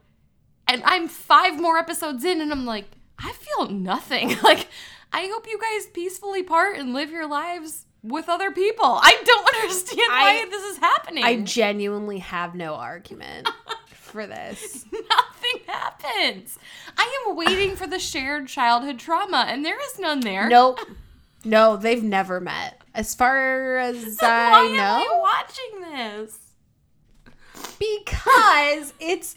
And I'm five more episodes in and I'm like, I feel nothing. Like, I hope you guys peacefully part and live your lives with other people. I don't understand why
I-
this is happening.
I genuinely have no argument for this.
nothing happens. I am waiting for the shared childhood trauma, and there is none there.
Nope. No, they've never met. As far as
Why
I
am
know.
I watching this?
because it's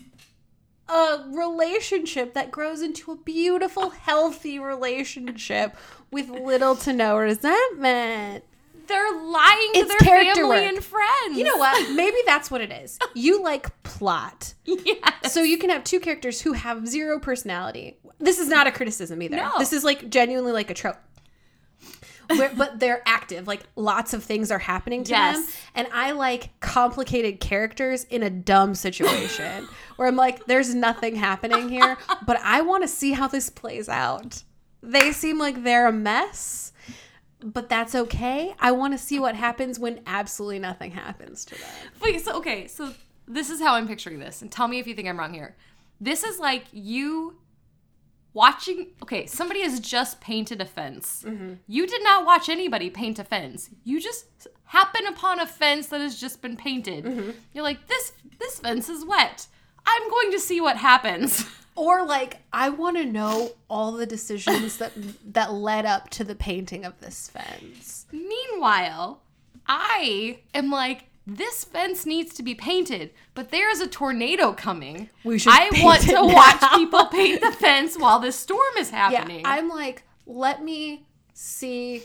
a relationship that grows into a beautiful, healthy relationship with little to no resentment.
They're lying to
It's
their
character
family
work.
and friends.
You know what? Maybe that's what it is. You like plot.
Yes.
So you can have two characters who have zero personality. This is not a criticism either.
No.
This is like genuinely like a trope. Where, but they're active. Like lots of things are happening to
Yes.
them. And I like complicated characters in a dumb situation where I'm like, there's nothing happening here, but I want to see how this plays out. They seem like they're a mess, but that's okay. I want to see what happens when absolutely nothing happens to them.
Wait, so okay, so this is how I'm picturing this, and tell me if you think I'm wrong here. This is like you watching. Okay, somebody has just painted a fence. You did not watch anybody paint a fence. You just happen upon a fence that has just been painted. You're like this. This fence is wet. I'm going to see what happens.
or like i want to know all the decisions that that led up to the painting of this fence
Meanwhile, I am like. This fence needs to be painted, but there is a tornado coming.
We should
I
paint
want
it
to
now.
watch people paint the fence while this storm is
yeah
happening.
i'm like let me see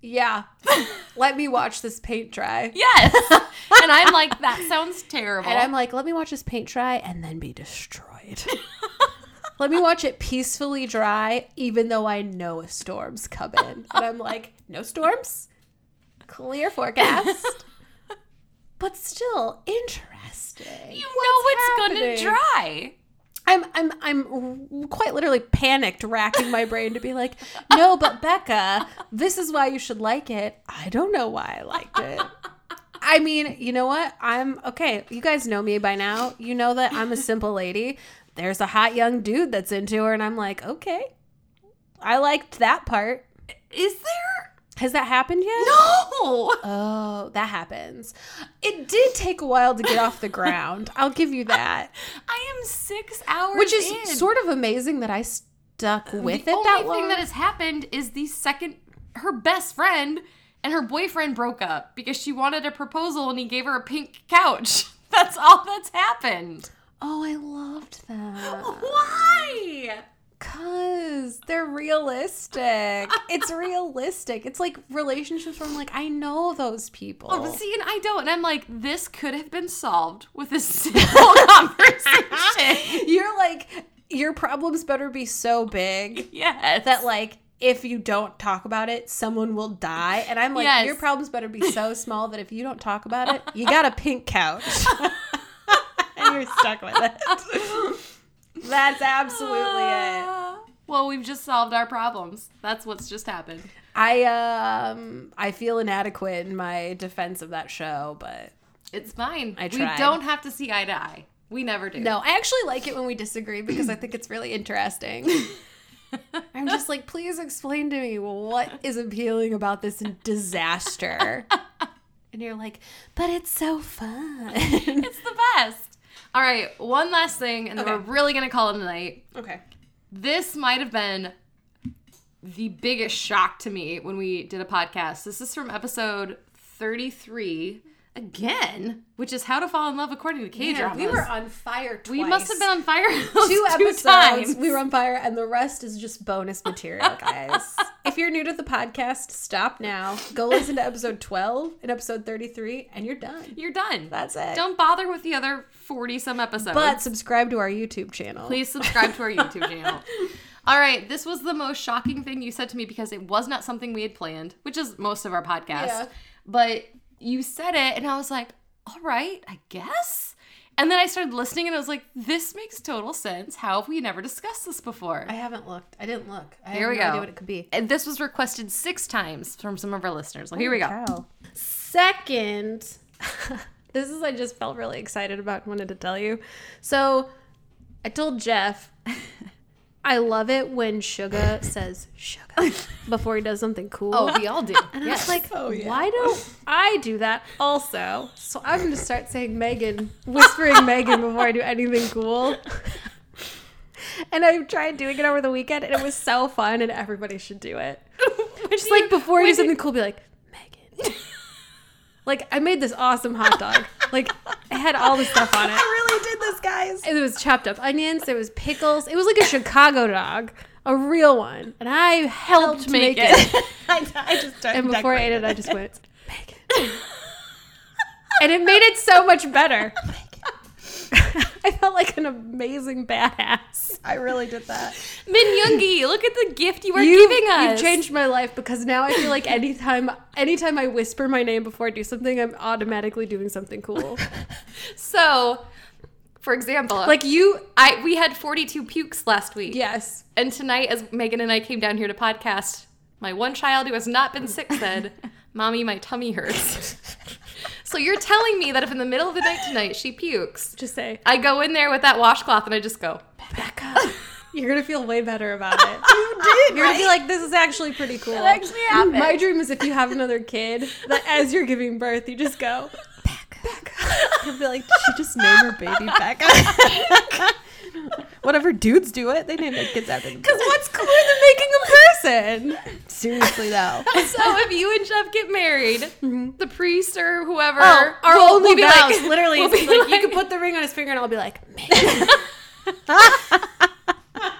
yeah let me watch this paint dry
Yes. and I'm like, that sounds terrible.
and i'm like let me watch this paint dry and then be destroyed let me watch it peacefully dry even though i know a storm's coming and i'm like no storms clear forecast but still interesting
you know it's
happening?
gonna dry.
I'm I'm I'm quite literally panicked, racking my brain to be like, no, but Becca, this is why you should like it. I don't know why I liked it. I mean, you know what? I'm okay. You guys know me by now. You know that I'm a simple lady. There's a hot young dude that's into her, and I'm like, okay, I liked that part.
Is there?
Has that happened yet?
No.
Oh, that happens. It did take a while to get off the ground. I'll give you that
I am six hours
which is
in.
sort of amazing that I stuck with
the
it
only
that
thing
long.
that has happened is the second her best friend and her boyfriend broke up because she wanted a proposal and he gave her a pink couch. That's all that's happened.
oh, I loved that
Why?
because they're realistic. it's realistic. It's like relationships where I'm like, I know those people.
Oh, see, and I don't. And I'm like, this could have been solved with a simple conversation.
You're like, your problems better be so big
Yes.
that like if you don't talk about it, someone will die. And I'm like,
Yes.
your problems better be so small that if you don't talk about it, you got a pink couch. and you're stuck with it. That's absolutely it.
Well, we've just solved our problems. That's what's just happened.
I um I feel inadequate in my defense of that show, but
It's fine.
I
we
tried.
don't have to see eye to eye. We never do.
no, I actually like it when we disagree because I think it's really interesting. I'm just like, please explain to me what is appealing about this disaster. And you're like, but it's so fun.
It's the best. All right, one last thing, and then
Okay.
we're really gonna call it a night.
okay.
This might have been the biggest shock to me when we did a podcast. This is from episode 33 again, which is how to fall in love according to K dramas.
we were on fire twice.
We must have been on fire those
two
two,
episodes.
times.
We were on fire, and the rest is just bonus material, guys. if you're new to the podcast, stop now. Go listen to episode 12 and episode 33, and you're done.
You're done.
That's it.
Don't bother with the other 40 some episodes.
but subscribe to our YouTube channel.
please subscribe to our YouTube channel. All right, this was the most shocking thing you said to me because it was not something we had planned, which is most of our podcast.
Yeah.
But you said it, and I was like, all right, I guess. And then I started listening, and I was like, this makes total sense. How have we never discussed this before?
I haven't looked. I didn't look. I
Here
have
we
no
go.
idea what it could be.
and this was requested six times from some of our listeners. So here we go.
Cow.
Second, this is I just felt really excited about and wanted to tell you. So I told Jeff I love it when Suga says Suga before he does something cool.
Oh, we all do.
and
yes.
I was like,
Oh, yeah.
why don't I do that also? So I'm gonna start saying Megan, whispering Megan before I do anything cool. And I tried doing it over the weekend, and it was so fun, and everybody should do it. Just like before you do something cool, be like, Megan. like, I made this awesome hot dog. Like, it had all the stuff on it.
really did this, guys.
It was chopped up onions, there was pickles. It was like a Chicago dog, a real one. And I helped, make,
make
it.
I, I just don't
And before I ate it, I just went, Megan. and it made it so much better. I felt like an amazing badass.
I really did that.
Min Youngi, look at the gift you are
You've-
giving us.
You've changed my life because now I feel like anytime anytime I whisper my name before I do something, I'm automatically doing something cool.
So, for example,
like you
I we had 42 pukes last week.
yes.
And tonight, as Megan and I came down here to podcast, my one child who has not been sick said, Mommy, my tummy hurts. so you're telling me that if in the middle of the night tonight she pukes,
Just say,
I go in there with that washcloth and I just go,
Becca. You're gonna feel way better about it.
You did.
You're gonna be like, this is actually pretty cool.
actually happened.
My dream is if you have another kid, that as you're giving birth, you just go,
You'll be like, did she just name her baby Becca? Whatever dudes do it, they name their kids after them. Because
what's cooler than making a person?
seriously though,
"Oh, So if you and Jeff get married, the priest or whoever,
Mm-hmm. Oh, our
will-
only
will be
vows,
like-
literally.
will
is
be
like,
like-
you can put the ring on his finger, and I'll be like, man.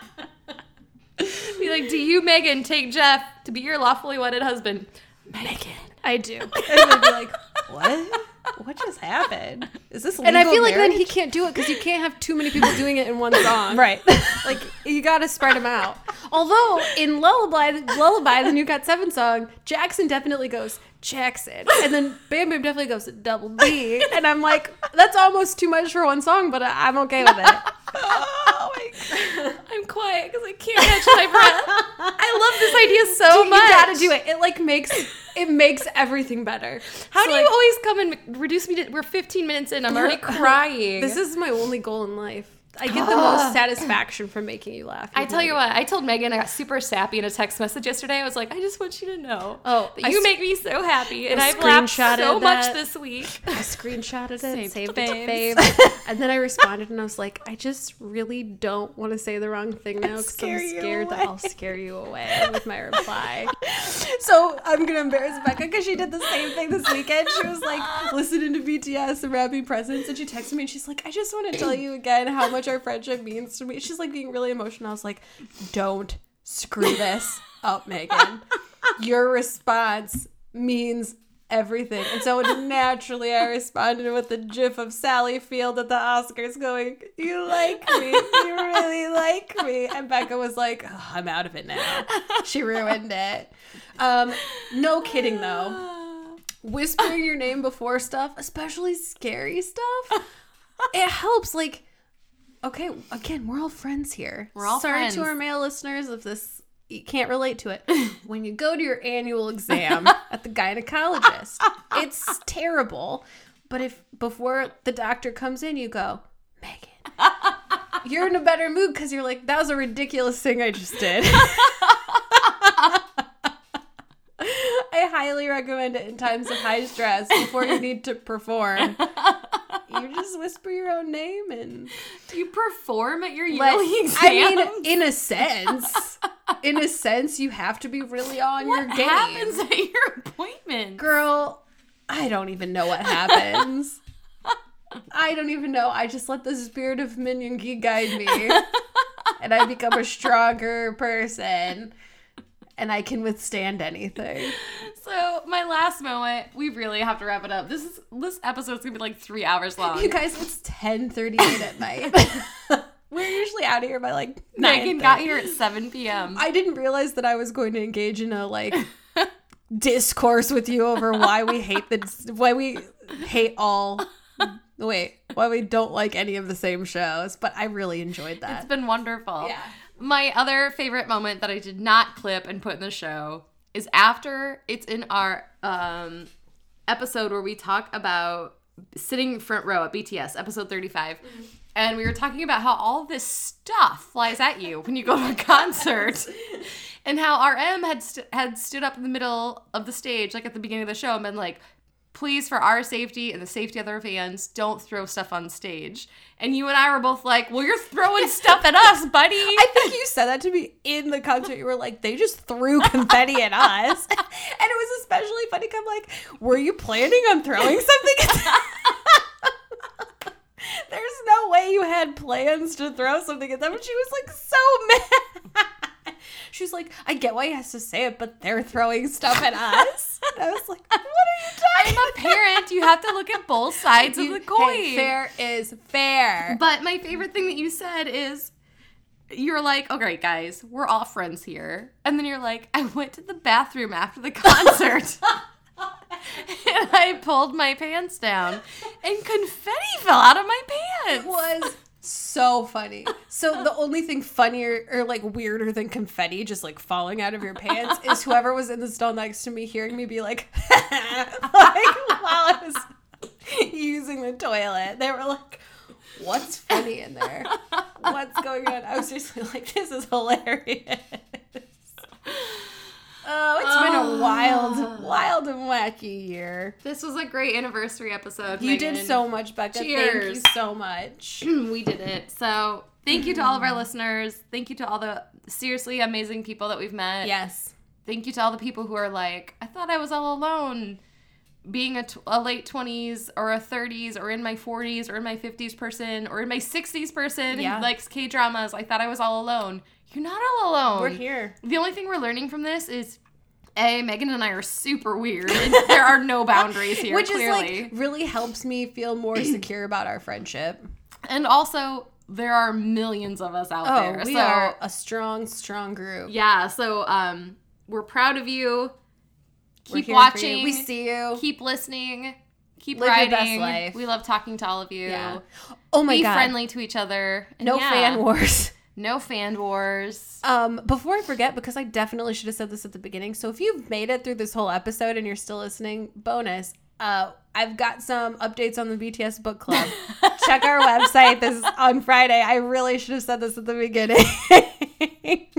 be like, Do you, Megan, take Jeff to be your lawfully wedded husband? Megan.
I do.
and they'd be like, what? What just happened? Is this legal
And I feel like then
marriage?
he can't do it because you can't have too many people doing it in one song.
right?
Like you gotta spread them out. Although in Lullaby, Lullaby, the new Got Seven song, Jackson definitely goes Jackson, and then Bam Bam definitely goes Double B, and I'm like, that's almost too much for one song, but I- I'm okay with it.
oh my god.
I'm quiet because I can't catch my breath. I love this idea so
you
much.
gotta do it. It like makes it makes everything better.
How
So,
do
like,
you always come and m- reduce me to? We're 15 minutes in. I'm already crying.
This is my only goal in life. I get the most satisfaction from making you laugh.
I tell you what. I told Megan I got super sappy in a text message yesterday. I was like, I just want you to know.
Oh,
that
I
you
s-
make me so happy, and I've laughed
screenshotted
so much
that.
this week.
I screenshotted it,
Saved
saved,
to
it to
faves.
fave, and then I responded and I was like, I just really don't want to say the wrong thing now because
Scare
I'm
you
scared that
away.
I'll scare you away with my reply.
So I'm gonna embarrass Becca because she did the same thing this weekend. She was like listening to BTS and wrapping presents, and she texted me and she's like, "I just want to tell you again how much our friendship means to me." She's like being really emotional. I was like, "Don't screw this up, Megan. Your response means everything. And so naturally, I responded with the gif of Sally Field at the Oscars going, You like me. You really like me. And Becca was like, "Ugh, I'm out of it now. She ruined it. Um, no kidding, though. Whispering your name before stuff, especially scary stuff, it helps. Like, okay, again, we're all friends here.
We're all
Sorry
friends.
to our male listeners if this you can't relate to it. When you go to your annual exam at the gynecologist, it's terrible. But if before the doctor comes in, you go, Megan, you're in a better mood because you're like, that was a ridiculous thing I just did. I highly recommend it in times of high stress before you need to perform. You just whisper your own name and
You perform at your
but,
yearly exam.
I mean, in a sense, in a sense, you have to be really on your
what
game,
happens at your appointment?
girl. I don't even know what happens. I don't even know. I just let the spirit of Minion Gi guide me, and I become a stronger person, and I can withstand anything.
So my last moment, we really have to wrap it up. This is this episode's gonna be like three hours long.
You guys, it's ten thirty-eight at night. We're usually out of here by like nine.
Megan got here at 7 p.m.
I didn't realize that I was going to engage in a like discourse with you over why we hate the why we hate all wait why we don't like any of the same shows. But I really enjoyed
It's
that.
been wonderful.
Yeah.
My other favorite moment that I did not clip and put in the show is after it's in our um, episode where we talk about sitting front row at BTS, episode 35.
Mm-hmm.
And we were talking about how all this stuff flies at you when you go to a concert, and how RM had st- had stood up in the middle of the stage, like at the beginning of the show, and been like, please for our safety and the safety of other fans don't throw stuff on stage and you and i were both like well you're throwing stuff at us buddy
I think you said that to me in the concert. You were like, they just threw confetti at us. And it was especially funny 'cause I'm like, were you planning on throwing something at them?" There's no way you had plans to throw something at them. And she was like so mad. She was like, I get why he has to say it, but they're throwing stuff at us. And I was like, what are you talking
i'm a parent you have to look at both sides of the coin
Hey, fair is fair.
But my favorite thing that you said is you're like, all right, guys, we're all friends here. And then you're like, I went to the bathroom after the concert. and I pulled my pants down and confetti fell out of my pants.
was so funny. So the only thing funnier or like weirder than confetti just like falling out of your pants is whoever was in the stall next to me hearing me be like, like while I was using the toilet. They were like, "What's funny in there? What's going on?" I was seriously like, "This is hilarious." Oh, it's been a wild, wild and wacky year.
This was a great anniversary episode.
You did
Megan.
so much, Becca. Thank
Cheers.
you so much.
we did it. So thank you to all of our listeners. Thank you to all the seriously amazing people that we've met.
Yes.
thank you to all the people who are like, I thought I was all alone being a, tw- a late 20s or a 30s or in my 40s or in my 50s person or in my 60s person
Yeah.
who likes K dramas. I thought I was all alone. You're not all alone.
We're here.
The only thing we're learning from this is. A, Megan and I are super weird. And there are no boundaries here,
which
clearly.
is like really helps me feel more secure about our friendship.
and also, there are millions of us out
Oh,
there.
we
so
are a strong, strong group.
yeah, so um, we're proud of you.
We're
Keep
here for you.
watching.
We see you.
keep listening. Keep
Live your
writing.
best life.
We love talking to all of you.
Yeah. Oh my
Be
god.
friendly to each other. And
No
yeah,
fan wars.
No fan wars.
Um, before I forget, because I definitely should have said this at the beginning. So if you've made it through this whole episode and you're still listening, bonus. Uh, I've got some updates on the BTS book club. Check our website. This is on Friday. I really should have said this at the beginning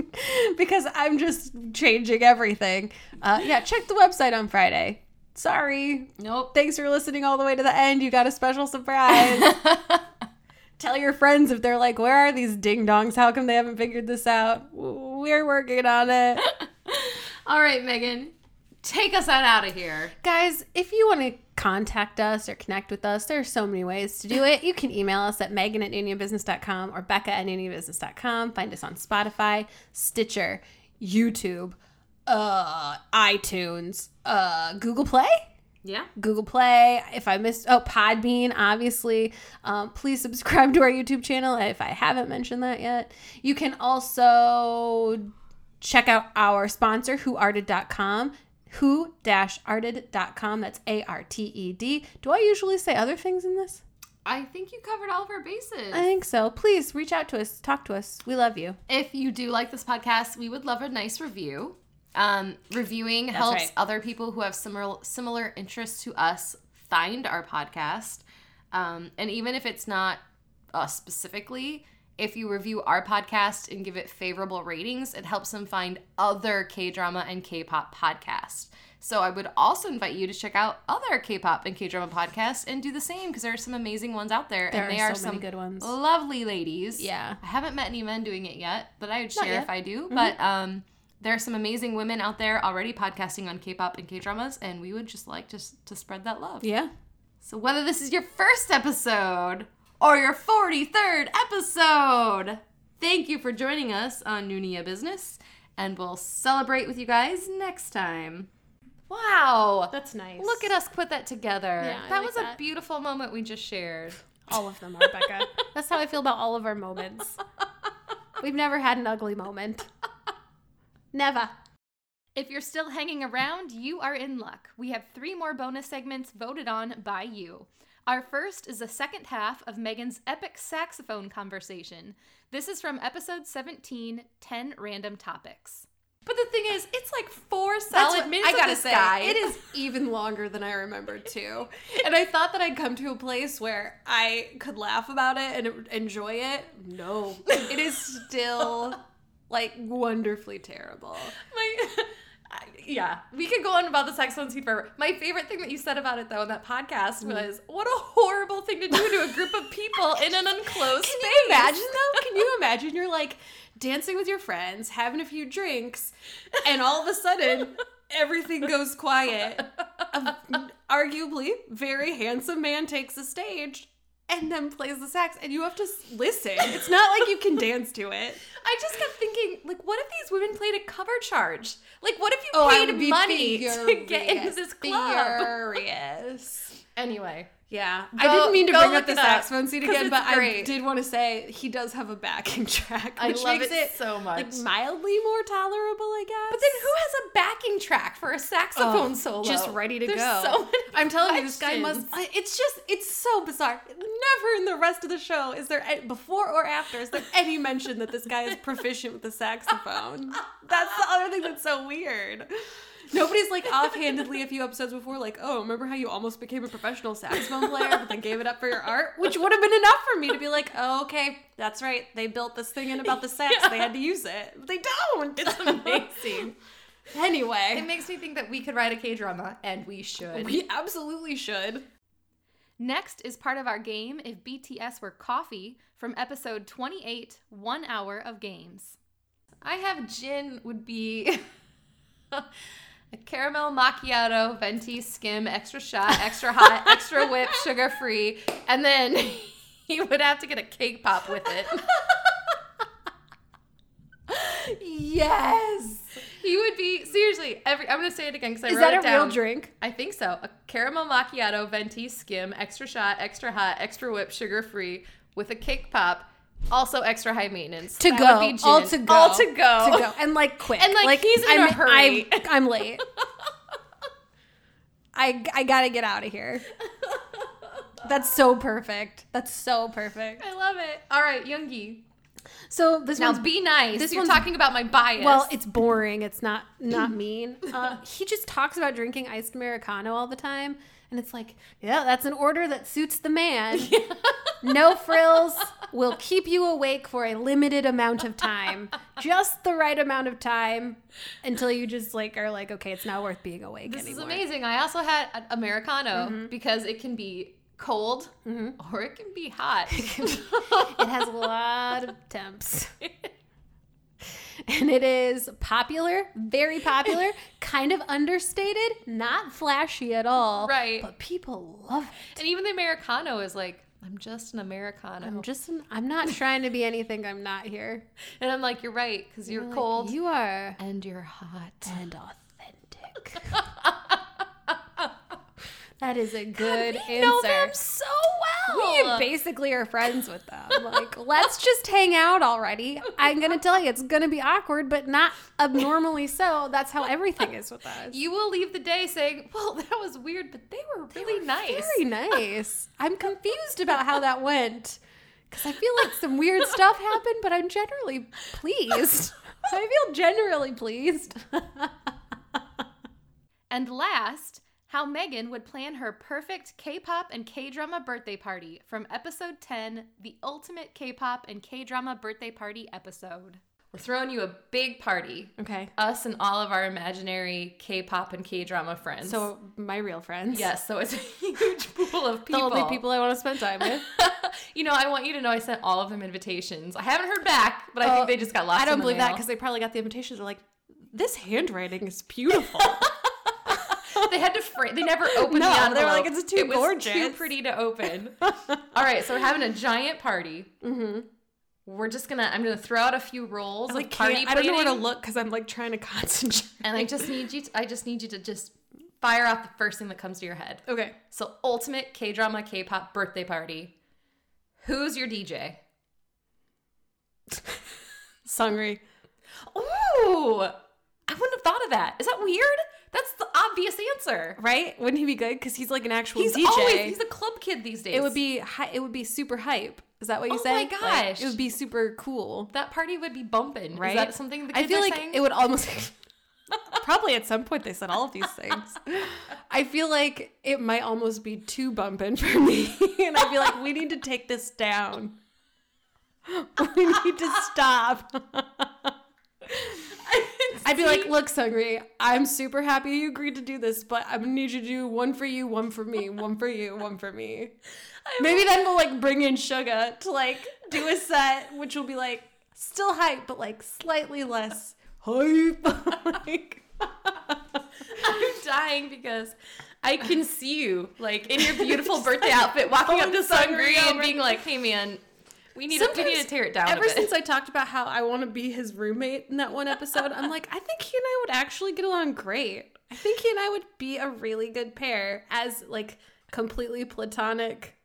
because I'm just changing everything. Uh, yeah, check the website on Friday. Sorry.
Nope.
Thanks for listening all the way to the end. You got a special surprise. Tell your friends if they're like, where are these ding dongs? How come they haven't figured this out? We're working on it.
all right, Megan. Take us on out of here.
Guys, if you want to contact us or connect with us, there are so many ways to do it. You can email us at megan at nunionbusiness.com or becca at nunionbusiness.com. Find us on Spotify, Stitcher, YouTube, uh, iTunes, uh, Google Play.
Yeah.
Google Play. If I missed, oh, Podbean, obviously. Um, please subscribe to our YouTube channel if I haven't mentioned that yet. You can also check out our sponsor, whoarted.com. Who-arted.com. That's A R T E D. Do I usually say other things in this?
I think you covered all of our bases.
I think so. Please reach out to us. Talk to us. We love you.
If you do like this podcast, we would love a nice review. Um, reviewing helps
right.
other people who have similar similar interests to us find our podcast. Um, and even if it's not us specifically, if you review our podcast and give it favorable ratings, it helps them find other K drama and K pop podcasts. So I would also invite you to check out other K pop and K drama podcasts and do the same because there are some amazing ones out there,
There
and they
are
are
so
some
many good ones.
lovely ladies.
Yeah.
I haven't met any men doing it yet, but I would share
yet. Mm-hmm.
if I do. But um, there are some amazing women out there already podcasting on K-pop and K-dramas, and we would just like just to spread that love.
Yeah.
So whether this is your first episode or your 43rd episode, thank you for joining us on Nunia Business, and we'll celebrate with you guys next time. Wow.
That's nice.
Look at us put that together.
Yeah, I
that
like
was a
that.
beautiful moment we just shared.
all of them, Rebecca. That's how I feel about all of our moments. We've never had an ugly moment. Never.
If you're still hanging around, you are in luck. We have three more bonus segments voted on by you. Our first is the second half of Megan's epic saxophone conversation. This is from episode 17 10 Random Topics. But the thing is, it's like four solid
what-
minutes
I gotta
of this
say,
guy.
it is even longer than I remembered too. "Oh." and I thought that I'd come to a place where I could laugh about it and enjoy it. No, it is still like wonderfully terrible.
my yeah we could go on about the saxophone suite forever my favorite thing that you said about it though in that podcast was what a horrible thing to do to a group of people in an unclosed
Can
space
you imagine though? Can you imagine you're like dancing with your friends, having a few drinks, and all of a sudden everything goes quiet. A, arguably very handsome man takes the stage and then plays the sax and you have to s- listen. It's not like you can dance to it.
I just kept thinking, like, what if these women played a cover charge? Like, what if you
Oh, I would
paid
be
money to get into
furious,
this club?
Furious.
Anyway,
Yeah,
Go-
I didn't mean to
go
bring
look
up the
it up,
saxophone scene
'cause
again,
it's
but I
great.
did want to say he does have a backing track,
I
which
love
makes
it so much.
like mildly more tolerable, I guess.
but then who has a backing track for a saxophone solo?
Oh, just ready to
There's
go.
So many
I'm telling you, this guy must.
questions.
I- It's just, it's so bizarre. Never in the rest of the show is there a- before or after is there any mention that this guy is proficient with the saxophone. That's the other thing that's so weird. Nobody's like offhandedly a few episodes before, like, oh, remember how you almost became a professional saxophone player, but then gave it up for your art, which would have been enough for me to be like, oh, okay, that's right. They built this thing in about the sax. They had to use it. But They don't. It's amazing. anyway,
It makes me think that we could write a K drama, and we should.
we absolutely should.
Next is part of our game if BTS were coffee from episode 28, one hour of games. I have gin would be a caramel macchiato, venti, skim, extra shot, extra hot, extra whip, sugar free, and then he would have to get a cake pop with it.
Yes.
He would be seriously every. I'm gonna say it again because I
Is
wrote
that
it
a
down.
real drink?
I think so. A caramel macchiato, venti, skim, extra shot, extra hot, extra whip, sugar free, with a cake pop. Also extra high maintenance.
To
That
go.
would be gin.
All to go.
All to go.
To go. And like quick.
And, like, he's in a
I'm,
hurry.
I'm, I'm late. I, I gotta get out of here. That's so perfect. That's so perfect.
I love it. All right, Youngie.
So this
Now
one's
be nice.
Um, this
You're
one's-
talking about my bias.
Well, it's boring. It's not
Mm.
not mean. Uh, he just talks about drinking iced americano all the time, and it's like, yeah, that's an order that suits the man. no frills will keep you awake for a limited amount of time, just the right amount of time, until you just like are like, okay, it's not worth being awake
this
anymore.
is amazing. I also had an americano
Mm-hmm.
because it can be cold or it can be hot.
It has a lot of temps. And it is popular, very popular, kind of understated, not flashy at all.
Right.
But people love it.
and even the americano is like, I'm just an americano.
I'm just, an, I'm not trying to be anything I'm not here.
and I'm like, you're right because you're,
Like,
cold
You are
and you're hot.
and authentic. That is a good answer.
know them so
We
well.
basically are friends with them. Like, let's just hang out already. I'm gonna tell you, it's gonna be awkward, but not abnormally so. That's how everything is with us.
you will leave the day saying, "Well, that was weird, but they were really nice."
Very nice. I'm confused about how that went because I feel like some weird stuff happened, but I'm generally pleased. I feel generally pleased.
And last, how Megan would plan her perfect K pop and K drama birthday party from episode 10, the ultimate K pop and K drama birthday party episode. We're throwing you a big party.
Okay.
Us and all of our imaginary K pop and K drama friends.
So my real friends.
yes, so it's a huge pool of
The
people.
only people I want to spend time with.
you know, I want you to know I sent all of them invitations. I haven't heard back, but I
Oh,
think they just got lost.
I
in
don't
the
believe that
mail.
because they probably got the invitations. They're like, this handwriting is beautiful.
they had to frame. They never opened the
No,
envelope.
they were like, "It's too
it was Too
gorgeous."
pretty to open. All right, so we're having a giant party. Mm-hmm. We're just gonna. I'm gonna throw out a few rolls
like,
of party.
can't- I don't know where to
planning,
look because I'm like trying to concentrate.
And I just need you. To, I just need you to just fire out the first thing that comes to your head.
Okay.
So ultimate K drama, K pop birthday party. Who's your DJ?
Sungri.
Ooh, I wouldn't have thought of that. Is that weird? That's the obvious answer.
Right? Wouldn't he be good? Because he's like an actual
He's
DJ.
always he's a club kid these days.
it would be hi- it would be super hype. Is that what you
Oh
say?
my
Like,
gosh.
it would be super cool,
that party would be bumping.
right?
Is that something the kids
I feel
are
like
saying?
it would almost probably at some point they said all of these things. I feel like it might almost be too bumping for me, and I'd be like, we need to take this down. We need to stop. I'd be like, look, Sungri, I'm super happy you agreed to do this, but I'm gonna need you to do one for you, one for me, one for you, one for me. Maybe then we'll like bring in Sugar to like do a set, which will be like still hype, but like slightly less hype. like,
I'm dying because I can see you, like in your beautiful birthday outfit, walking up to Sungri and being like, "Hey, man, we need to, we need to
Sometimes,
tear it down." a
Ever
bit."
since I talked about how I want to be his roommate in that one episode, I'm like, I think he and I would actually get along great. I think he and I would be a really good pair as like completely platonic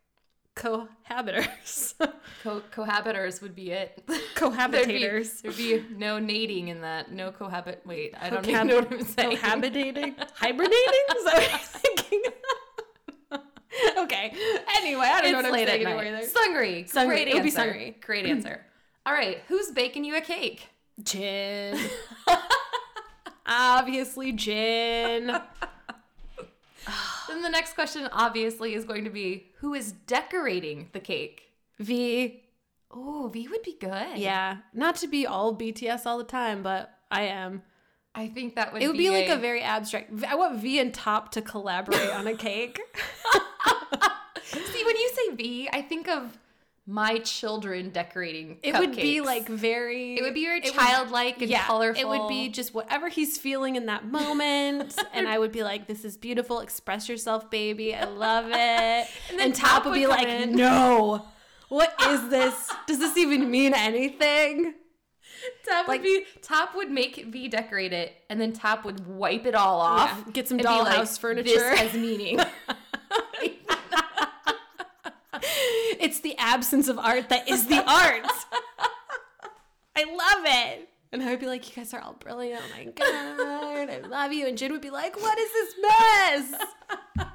cohabitors,
Co- cohabitors would be it. There'd be,
cohabitators,
there'd be no nating in that. No cohabit. Wait, I don't even know what I'm saying.
cohabitating, hibernating. Is that what you're thinking? okay. Anyway, I don't know
It's
what I'm
late at
saying
night.
anymore. either.
Sungri,
Sungri.
great
It would be
answer.
Sungri.
Great answer. All right, who's baking you a cake?
Gin. Obviously, gin.
Then the next question obviously is going to be who is decorating the cake?
V.
Oh, V would be good.
Yeah. Not to be all BTS all the time, but I am.
I think that would
It would be like a very abstract. I want V and Top to collaborate on a cake.
See, when you say V, I think of my children decorating
It would be
cupcakes.
like very.
it would be very
it would-
childlike and colorful.
It would be just whatever he's feeling in that moment. and I would be like, this is beautiful. Express yourself, baby. I love it. and, Top, would be
come
like,
in.
no. What is this? Does this even mean anything?
Top
like-
would be Top would make V decorate it, and then Top would wipe it all off.
Yeah, get some
and be like,
dollhouse furniture."
This has meaning.
It's the absence of art that is the art. I love it. And I would be like, you guys are all brilliant. Oh my God. I love you. And Jin would be like, what is this mess?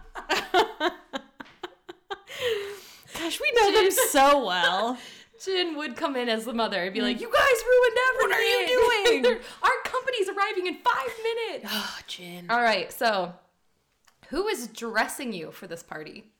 Gosh, we know them so well.
Jin would come in as the mother and be like, "You guys ruined everything.
you doing?
They're- Our company's arriving in five minutes."
Oh, Jin.
All right, so who is dressing you for this party?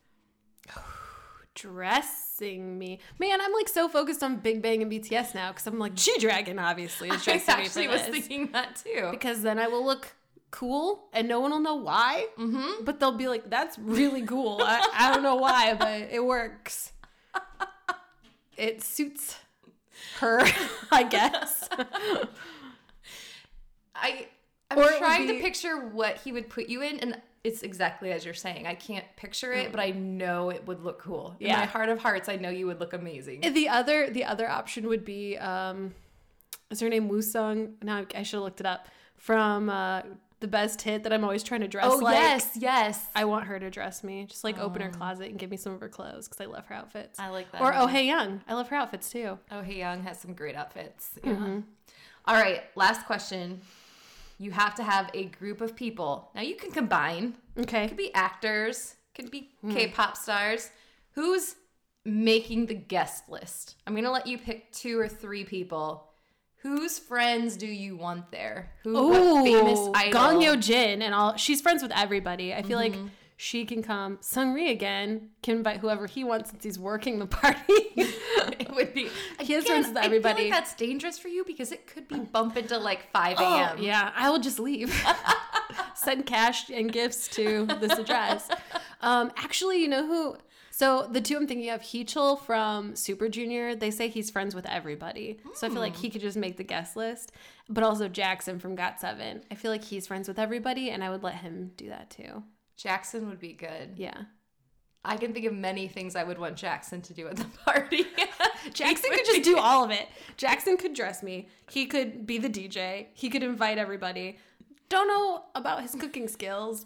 Dressing me. Man, I'm like so focused on Big Bang and BTS now because I'm like, G Dragon obviously is
I
dressing me for
actually was
this.
thinking that too.
because then I will look cool and no one will know why. Mm-hmm. But they'll be like, that's really cool. I, I don't know why, but it works. It suits her, I guess.
I I'm
Or it would
trying
be-
to picture what he would put you in, and it's exactly as you're saying. I can't picture it, but I know it would look cool. In my
Mm. Yeah.
heart of hearts, I know you would look amazing.
the other the other option would be um is her name Woo Sung? Now I should have looked it up. From uh the best hit that I'm always trying to dress
Oh
like.
yes, yes.
I want her to dress me. Just like open her closet and give me some of her clothes because I love her outfits.
I like that
Or Oh
idea.
Hey Young. I love her outfits too.
Oh Hey Young has some great outfits. Yeah.
Mm-hmm.
All right, last question. You have to have a group of people. Now you can combine.
Okay.
Could be actors, could be
Hmm.
K-pop stars. Who's making the guest list? I'm going to let you pick two or three people. Whose friends do you want there? Who
Ooh,
what famous idol?
Ganyo Jin and all. She's friends with everybody. I feel like she can come. Sungri again can invite whoever he wants since he's working the party.
it would be.
He
Again,
has friends with
I feel
everybody. Oh,
like that's dangerous for you because it could be bump into like 5 a.m.
yeah, I will just leave. Send cash and gifts to this address. Um, actually, you know who? So the two I'm thinking of, Heechul from Super Junior. They say he's friends with everybody, so I feel like he could just make the guest list. But also Jackson from GOT7. I feel like he's friends with everybody, and I would let him do that too.
Jackson would be good.
Yeah.
I can think of many things I would want Jackson to do at the party.
Jackson could just do all of it. Jackson could dress me. He could be the DJ. He could invite everybody. Don't know about his cooking skills.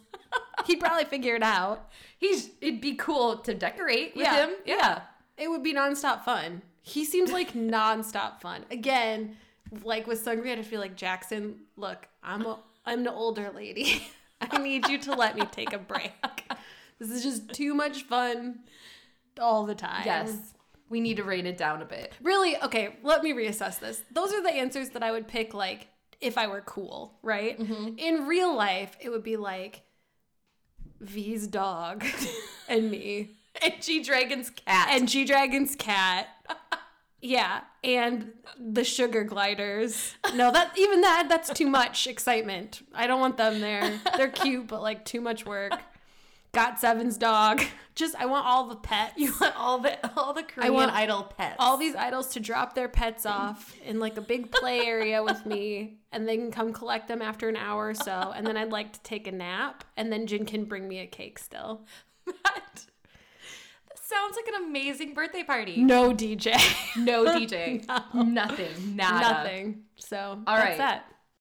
He'd probably figure it out.
He's it'd be cool to decorate with
Yeah.
him. Yeah.
It would be nonstop fun. He seems like nonstop fun. Again, like with Sungri, I just feel like Jackson. Look, I'm a, I'm an older lady. I need you to let me take a break. This is just too much fun all the time.
Yes. We need to rate it down a bit.
really okay let me reassess this those are the answers that i would pick like if i were cool right in real life it would be like v's dog and me
And G Dragon's cat.
and g-dragon's cat yeah and the sugar gliders no that even that that's too much excitement i don't want them there they're cute but like too much work got seven's dog just i want all the pets
you want all the all the Korean
want
idol pets.
all these idols to drop their pets off in like a big play area with me and they can come collect them after an hour or so and then i'd like to take a nap and then jin can bring me a cake still
that. Sounds like an amazing birthday party.
no dj
No DJ. Nothing. Nada.
nothing so
All
that's
right.
that